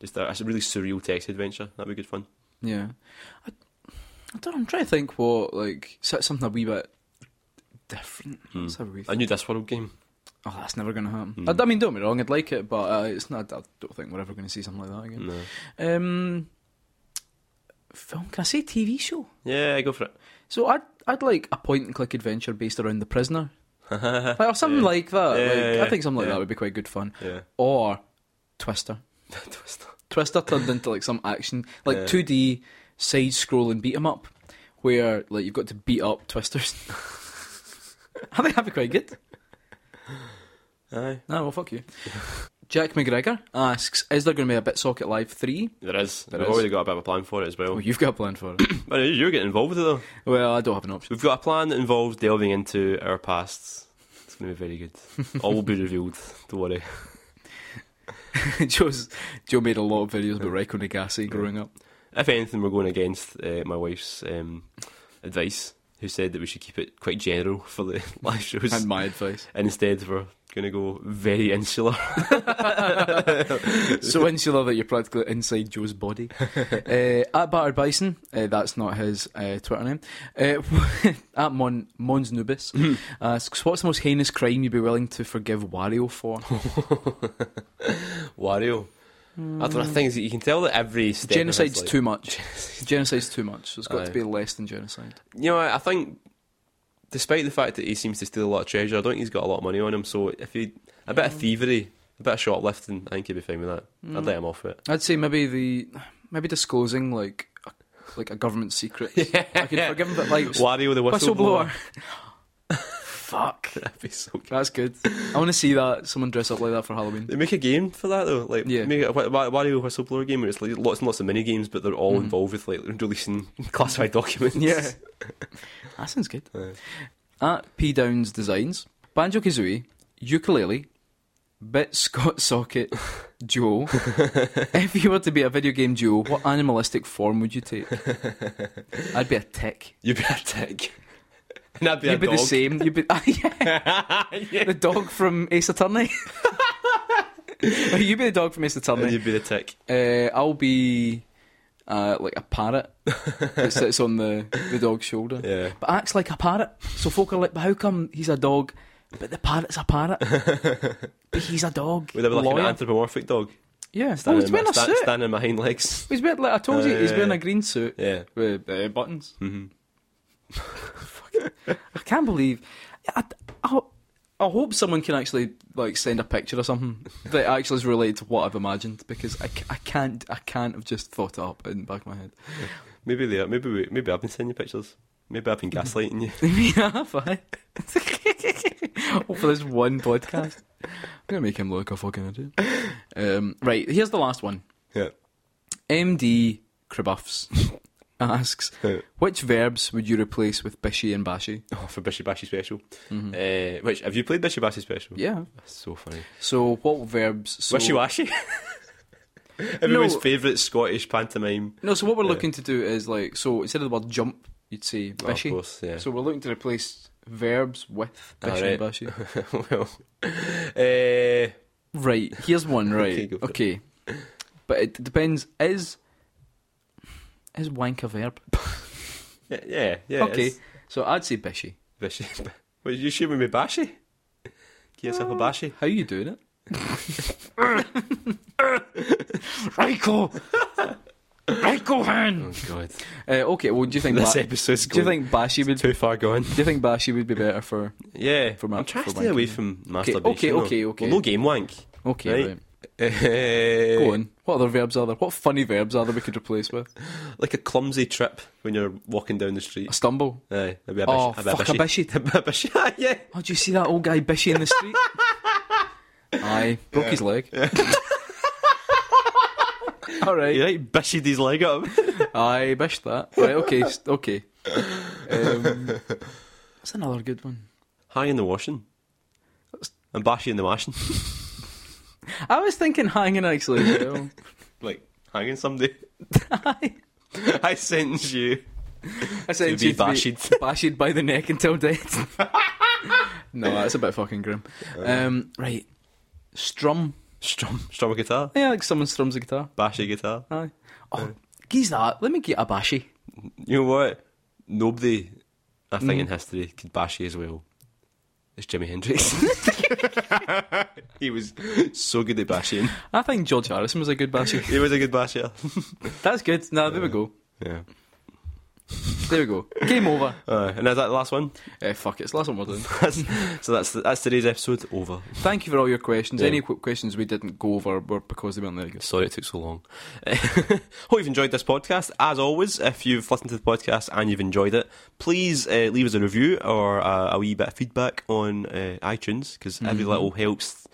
[SPEAKER 2] Just a, a really surreal text adventure. That'd be good fun.
[SPEAKER 1] Yeah. I, I don't know, I'm trying to think what, like, set something a wee bit different.
[SPEAKER 2] Hmm.
[SPEAKER 1] Let's have a wee
[SPEAKER 2] I knew this world game.
[SPEAKER 1] Oh, that's never going to happen.
[SPEAKER 2] Hmm.
[SPEAKER 1] I d- I, mean, don't be wrong, I'd like it, but uh, it's not, I don't think we're ever going to see something like that again.
[SPEAKER 2] No.
[SPEAKER 1] Um, film? Can I say TV show?
[SPEAKER 2] Yeah, go for it.
[SPEAKER 1] So I'd, I'd like a point and click adventure based around The Prisoner. Like, or something
[SPEAKER 2] Yeah.
[SPEAKER 1] like that.
[SPEAKER 2] Yeah,
[SPEAKER 1] like,
[SPEAKER 2] yeah,
[SPEAKER 1] I think something like
[SPEAKER 2] yeah.
[SPEAKER 1] that would be quite good fun.
[SPEAKER 2] Yeah.
[SPEAKER 1] Or Twister.
[SPEAKER 2] Twist.
[SPEAKER 1] Twister turned into like some action, like
[SPEAKER 2] Yeah.
[SPEAKER 1] 2D side scrolling beat 'em up, where like you've got to beat up Twisters. I think that'd be quite good.
[SPEAKER 2] Aye.
[SPEAKER 1] No, well, fuck you. Jack McGregor asks, "Is there going to be a Bitsocket Live 3?
[SPEAKER 2] There is.
[SPEAKER 1] There
[SPEAKER 2] We've
[SPEAKER 1] is.
[SPEAKER 2] already got a bit of a plan for it as
[SPEAKER 1] Oh,
[SPEAKER 2] well.
[SPEAKER 1] you've got a plan for it.
[SPEAKER 2] But you're getting involved with it though.
[SPEAKER 1] well, I don't have an option.
[SPEAKER 2] We've got a plan that involves delving into our pasts. It's going to be very good. All will be revealed. Don't worry.
[SPEAKER 1] Joe's, Joe made a lot of videos about Reiko Nagase growing up.
[SPEAKER 2] If anything, we're going against uh, my wife's um, advice, who said that we should keep it quite general for the live shows.
[SPEAKER 1] And my advice.
[SPEAKER 2] and instead, we're going to go very insular.
[SPEAKER 1] so insular that you're practically inside Joe's body. Uh, at Battered Bison, uh, that's not his uh, Twitter name. Uh, at Mon Mons Nubis
[SPEAKER 2] Hmm.
[SPEAKER 1] asks, "What's the most heinous crime you'd be willing to forgive Wario for?"
[SPEAKER 2] Wario. I don't know. Things you can tell that every step of his
[SPEAKER 1] Genocide's
[SPEAKER 2] life-
[SPEAKER 1] too much. Genocide's too much. So it's got to
[SPEAKER 2] Aye.
[SPEAKER 1] be less than genocide.
[SPEAKER 2] You know, I I think, despite the fact that he seems to steal a lot of treasure, I don't think he's got a lot of money on him. So if he a bit of thievery, a bit of shoplifting, I think he'd be fine with that. I'd let him off with it.
[SPEAKER 1] I'd say maybe the maybe disclosing like a like a government secret. I can forgive him, but like
[SPEAKER 2] Wario the whistleblower.
[SPEAKER 1] whistleblower. Fuck,
[SPEAKER 2] That'd be so good.
[SPEAKER 1] that's good. I want to see that someone dress up like that for Halloween.
[SPEAKER 2] They make a game for that though, like
[SPEAKER 1] Yeah.
[SPEAKER 2] make a Wa- Wa- Wario whistleblower game where it's like lots and lots of mini games, but they're all involved with like releasing classified documents.
[SPEAKER 1] Hmm. Yeah, that sounds good.
[SPEAKER 2] Aye.
[SPEAKER 1] At P Downs Designs, Banjo Kazooie, Ukulele, Bit Scott Socket Duo. if you were to be a video game duo, what animalistic form would you take? I'd be a tick.
[SPEAKER 2] you'd be a tick, and I'd be a
[SPEAKER 1] You'd be
[SPEAKER 2] dog.
[SPEAKER 1] the same. You'd be yeah,
[SPEAKER 2] yeah.
[SPEAKER 1] the dog from Ace Attorney. You'd be the dog from Ace
[SPEAKER 2] And
[SPEAKER 1] Attorney.
[SPEAKER 2] you'd be the tick.
[SPEAKER 1] Uh, I'll be uh, like a parrot that sits on the, the dog's shoulder.
[SPEAKER 2] Yeah.
[SPEAKER 1] but acts like a parrot. So folk are like, but how come he's a dog? But the parrot's a parrot. but he's a dog.
[SPEAKER 2] Would I be like
[SPEAKER 1] Lawyer.
[SPEAKER 2] an anthropomorphic dog?
[SPEAKER 1] yeah, oh,
[SPEAKER 2] Standing,
[SPEAKER 1] he's
[SPEAKER 2] in,
[SPEAKER 1] wearing
[SPEAKER 2] my,
[SPEAKER 1] a
[SPEAKER 2] sta-
[SPEAKER 1] suit.
[SPEAKER 2] standing in my hind legs.
[SPEAKER 1] He's wearing, like, I told
[SPEAKER 2] Uh,
[SPEAKER 1] you, he's
[SPEAKER 2] yeah,
[SPEAKER 1] wearing
[SPEAKER 2] yeah.
[SPEAKER 1] a green suit
[SPEAKER 2] Yeah.
[SPEAKER 1] with uh, buttons.
[SPEAKER 2] hmm
[SPEAKER 1] I can't believe. I, I, I hope someone can actually like send a picture or something that actually is related to what I've imagined because I, ca- I can't I can't have just thought it up in the back of my head.
[SPEAKER 2] Maybe they are. Maybe we, maybe I've been sending you pictures. Maybe I've been
[SPEAKER 1] Mm-hmm.
[SPEAKER 2] gaslighting you.
[SPEAKER 1] yeah, have I? For this one podcast. I'm gonna make him look a fucking idiot. Um, right, here's the last one.
[SPEAKER 2] Yeah.
[SPEAKER 1] MD Cribuffs asks, which verbs would you replace with bishy and bashy?
[SPEAKER 2] Oh, for Bishy Bashy Special. Uh, which have you played Bishy Bashy Special?
[SPEAKER 1] Mm-hmm. Yeah.
[SPEAKER 2] So funny.
[SPEAKER 1] So what verbs? So,
[SPEAKER 2] Wishy washy. Everyone's favourite Scottish pantomime.
[SPEAKER 1] No, so what we're looking to do is like, so instead of the word jump, you'd say
[SPEAKER 2] Oh,
[SPEAKER 1] bishy.
[SPEAKER 2] Of course, yeah.
[SPEAKER 1] So we're looking to replace verbs with
[SPEAKER 2] Ah,
[SPEAKER 1] bishy and
[SPEAKER 2] right.
[SPEAKER 1] bashy.
[SPEAKER 2] well, uh,
[SPEAKER 1] Right, here's one,
[SPEAKER 2] Okay,
[SPEAKER 1] right.
[SPEAKER 2] go
[SPEAKER 1] okay.
[SPEAKER 2] for it.
[SPEAKER 1] But it depends. Is is wank a verb?
[SPEAKER 2] yeah, yeah, yeah.
[SPEAKER 1] okay.
[SPEAKER 2] it's
[SPEAKER 1] So I'd say bishy.
[SPEAKER 2] Bishy. Well, you should be bashy. Get yourself a bashy.
[SPEAKER 1] How you doing it? Raiko! Raiko Han!
[SPEAKER 2] Oh God.
[SPEAKER 1] Uh, okay, well do you think
[SPEAKER 2] this
[SPEAKER 1] ba-
[SPEAKER 2] episode's
[SPEAKER 1] do you
[SPEAKER 2] going
[SPEAKER 1] think Bashy would do
[SPEAKER 2] too far gone.
[SPEAKER 1] you think Bashy would be better for
[SPEAKER 2] Yeah.
[SPEAKER 1] For ma-
[SPEAKER 2] I'm trying
[SPEAKER 1] for
[SPEAKER 2] to stay away
[SPEAKER 1] wanking.
[SPEAKER 2] from masturbation.
[SPEAKER 1] okay,
[SPEAKER 2] though.
[SPEAKER 1] okay, okay.
[SPEAKER 2] Well, no game wank.
[SPEAKER 1] Okay,
[SPEAKER 2] Right.
[SPEAKER 1] right.
[SPEAKER 2] Eh,
[SPEAKER 1] Go on. What other verbs are there? What funny verbs are there we could replace with?
[SPEAKER 2] Like a clumsy trip when you're walking down the street.
[SPEAKER 1] A stumble.
[SPEAKER 2] Aye, that'd be a
[SPEAKER 1] Oh,
[SPEAKER 2] bish-
[SPEAKER 1] fuck, a bishy.
[SPEAKER 2] a bishy. Aye, yeah.
[SPEAKER 1] Oh, do you see that old guy bishy in the street? Aye, broke his leg. All right,
[SPEAKER 2] You right, bishied his leg up.
[SPEAKER 1] I bished that. Right, okay, s- okay. Um, that's another good one.
[SPEAKER 2] High in the washing. And bashy in the washing.
[SPEAKER 1] I was thinking hanging actually. as well.
[SPEAKER 2] like, hanging somebody. I sentence you.
[SPEAKER 1] I said
[SPEAKER 2] be
[SPEAKER 1] she'd
[SPEAKER 2] bashed.
[SPEAKER 1] bashed by the neck until death. no, that's a bit fucking grim.
[SPEAKER 2] Uh.
[SPEAKER 1] Um, right, strum.
[SPEAKER 2] Strum, strum a guitar.
[SPEAKER 1] Yeah, like someone strums a guitar.
[SPEAKER 2] Bashy guitar.
[SPEAKER 1] Aye. Oh, geez, that. Let me get a bashy.
[SPEAKER 2] You know what? Nobody, I think, in history could bashy as well as Jimi Hendrix. he was so good at bashing.
[SPEAKER 1] I think George Harrison was a good bashy.
[SPEAKER 2] He was a good basher.
[SPEAKER 1] That's good. Now there we go.
[SPEAKER 2] Yeah.
[SPEAKER 1] There we go. Game over.
[SPEAKER 2] Uh, and is that the last one?
[SPEAKER 1] Eh, fuck it. It's the last one we're doing.
[SPEAKER 2] That's, so that's that's today's episode over.
[SPEAKER 1] Thank you for all your questions.
[SPEAKER 2] Yeah.
[SPEAKER 1] Any qu- questions we didn't go over were because they weren't very good.
[SPEAKER 2] Sorry it took so long. Hope you've enjoyed this podcast. As always, if you've listened to the podcast and you've enjoyed it, please uh, leave us a review or uh, a wee bit of feedback on uh, iTunes because every
[SPEAKER 1] Mm-hmm.
[SPEAKER 2] little helps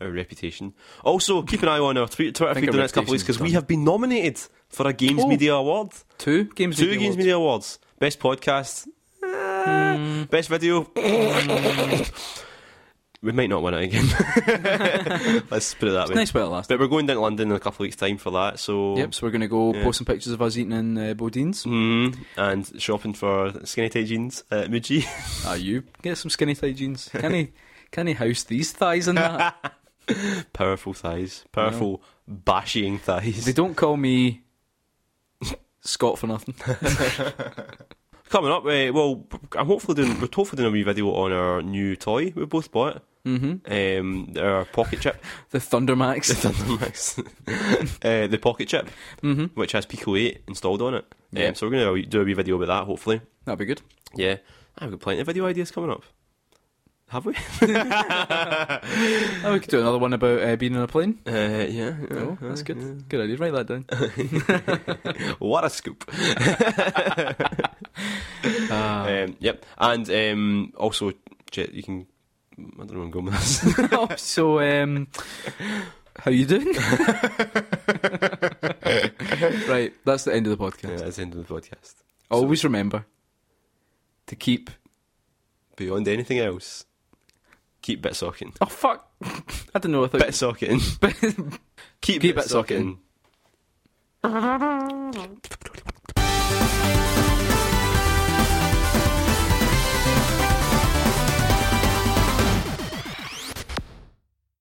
[SPEAKER 2] our reputation. Also, keep an eye on our tweet, Twitter
[SPEAKER 1] think
[SPEAKER 2] feed
[SPEAKER 1] our
[SPEAKER 2] the next couple of weeks
[SPEAKER 1] reputation's
[SPEAKER 2] because we
[SPEAKER 1] done.
[SPEAKER 2] have been nominated for a Games
[SPEAKER 1] Oh.
[SPEAKER 2] Media Award.
[SPEAKER 1] Two games.
[SPEAKER 2] Two
[SPEAKER 1] Media
[SPEAKER 2] Games
[SPEAKER 1] Awards.
[SPEAKER 2] Media Awards. Best podcast. eh,
[SPEAKER 1] Mm.
[SPEAKER 2] Best video. we might not win it again. Let's put it that way.
[SPEAKER 1] Nice way it last.
[SPEAKER 2] But we're going down to London in a couple of weeks' time for that, so
[SPEAKER 1] Yep. So we're gonna go
[SPEAKER 2] Yeah.
[SPEAKER 1] post some pictures of us eating in uh, Bodine's.
[SPEAKER 2] Mm, and shopping for skinny tight jeans at Muji.
[SPEAKER 1] Ah, you get some skinny thigh jeans. Can he? Can he house these thighs in that?
[SPEAKER 2] powerful thighs, powerful bashing
[SPEAKER 1] they
[SPEAKER 2] thighs.
[SPEAKER 1] don't call me Scott for nothing.
[SPEAKER 2] Coming up, uh, well, I'm hopefully doing we're hopefully doing a wee video on our new toy we both bought,
[SPEAKER 1] hmm
[SPEAKER 2] um, our pocket chip,
[SPEAKER 1] The Thundermax.
[SPEAKER 2] Thundermax, uh, the pocket chip,
[SPEAKER 1] mm-hmm.
[SPEAKER 2] which has Pico 8 installed on it.
[SPEAKER 1] Yeah.
[SPEAKER 2] Um, so we're going to do a wee video about that, hopefully.
[SPEAKER 1] That'd be good.
[SPEAKER 2] Yeah, I've got plenty of video ideas coming up. Have we?
[SPEAKER 1] Oh, we could do another one about uh, being on a plane.
[SPEAKER 2] Uh, yeah.
[SPEAKER 1] Oh, that's good. Good idea. Write that down.
[SPEAKER 2] What a scoop.
[SPEAKER 1] Ah.
[SPEAKER 2] um, yep. And um, also, Jet, you can. I don't know where I'm going with this.
[SPEAKER 1] Oh, so, um, how you doing? right, that's the end of the podcast.
[SPEAKER 2] yeah, that's the end of the podcast.
[SPEAKER 1] Always remember to keep.
[SPEAKER 2] Beyond anything else, keep bit socking.
[SPEAKER 1] Oh fuck! I don't know. I
[SPEAKER 2] Bit
[SPEAKER 1] thought.
[SPEAKER 2] socking.
[SPEAKER 1] Bit-
[SPEAKER 2] Keep,
[SPEAKER 1] Keep
[SPEAKER 2] bit
[SPEAKER 1] bit socking.
[SPEAKER 2] socking.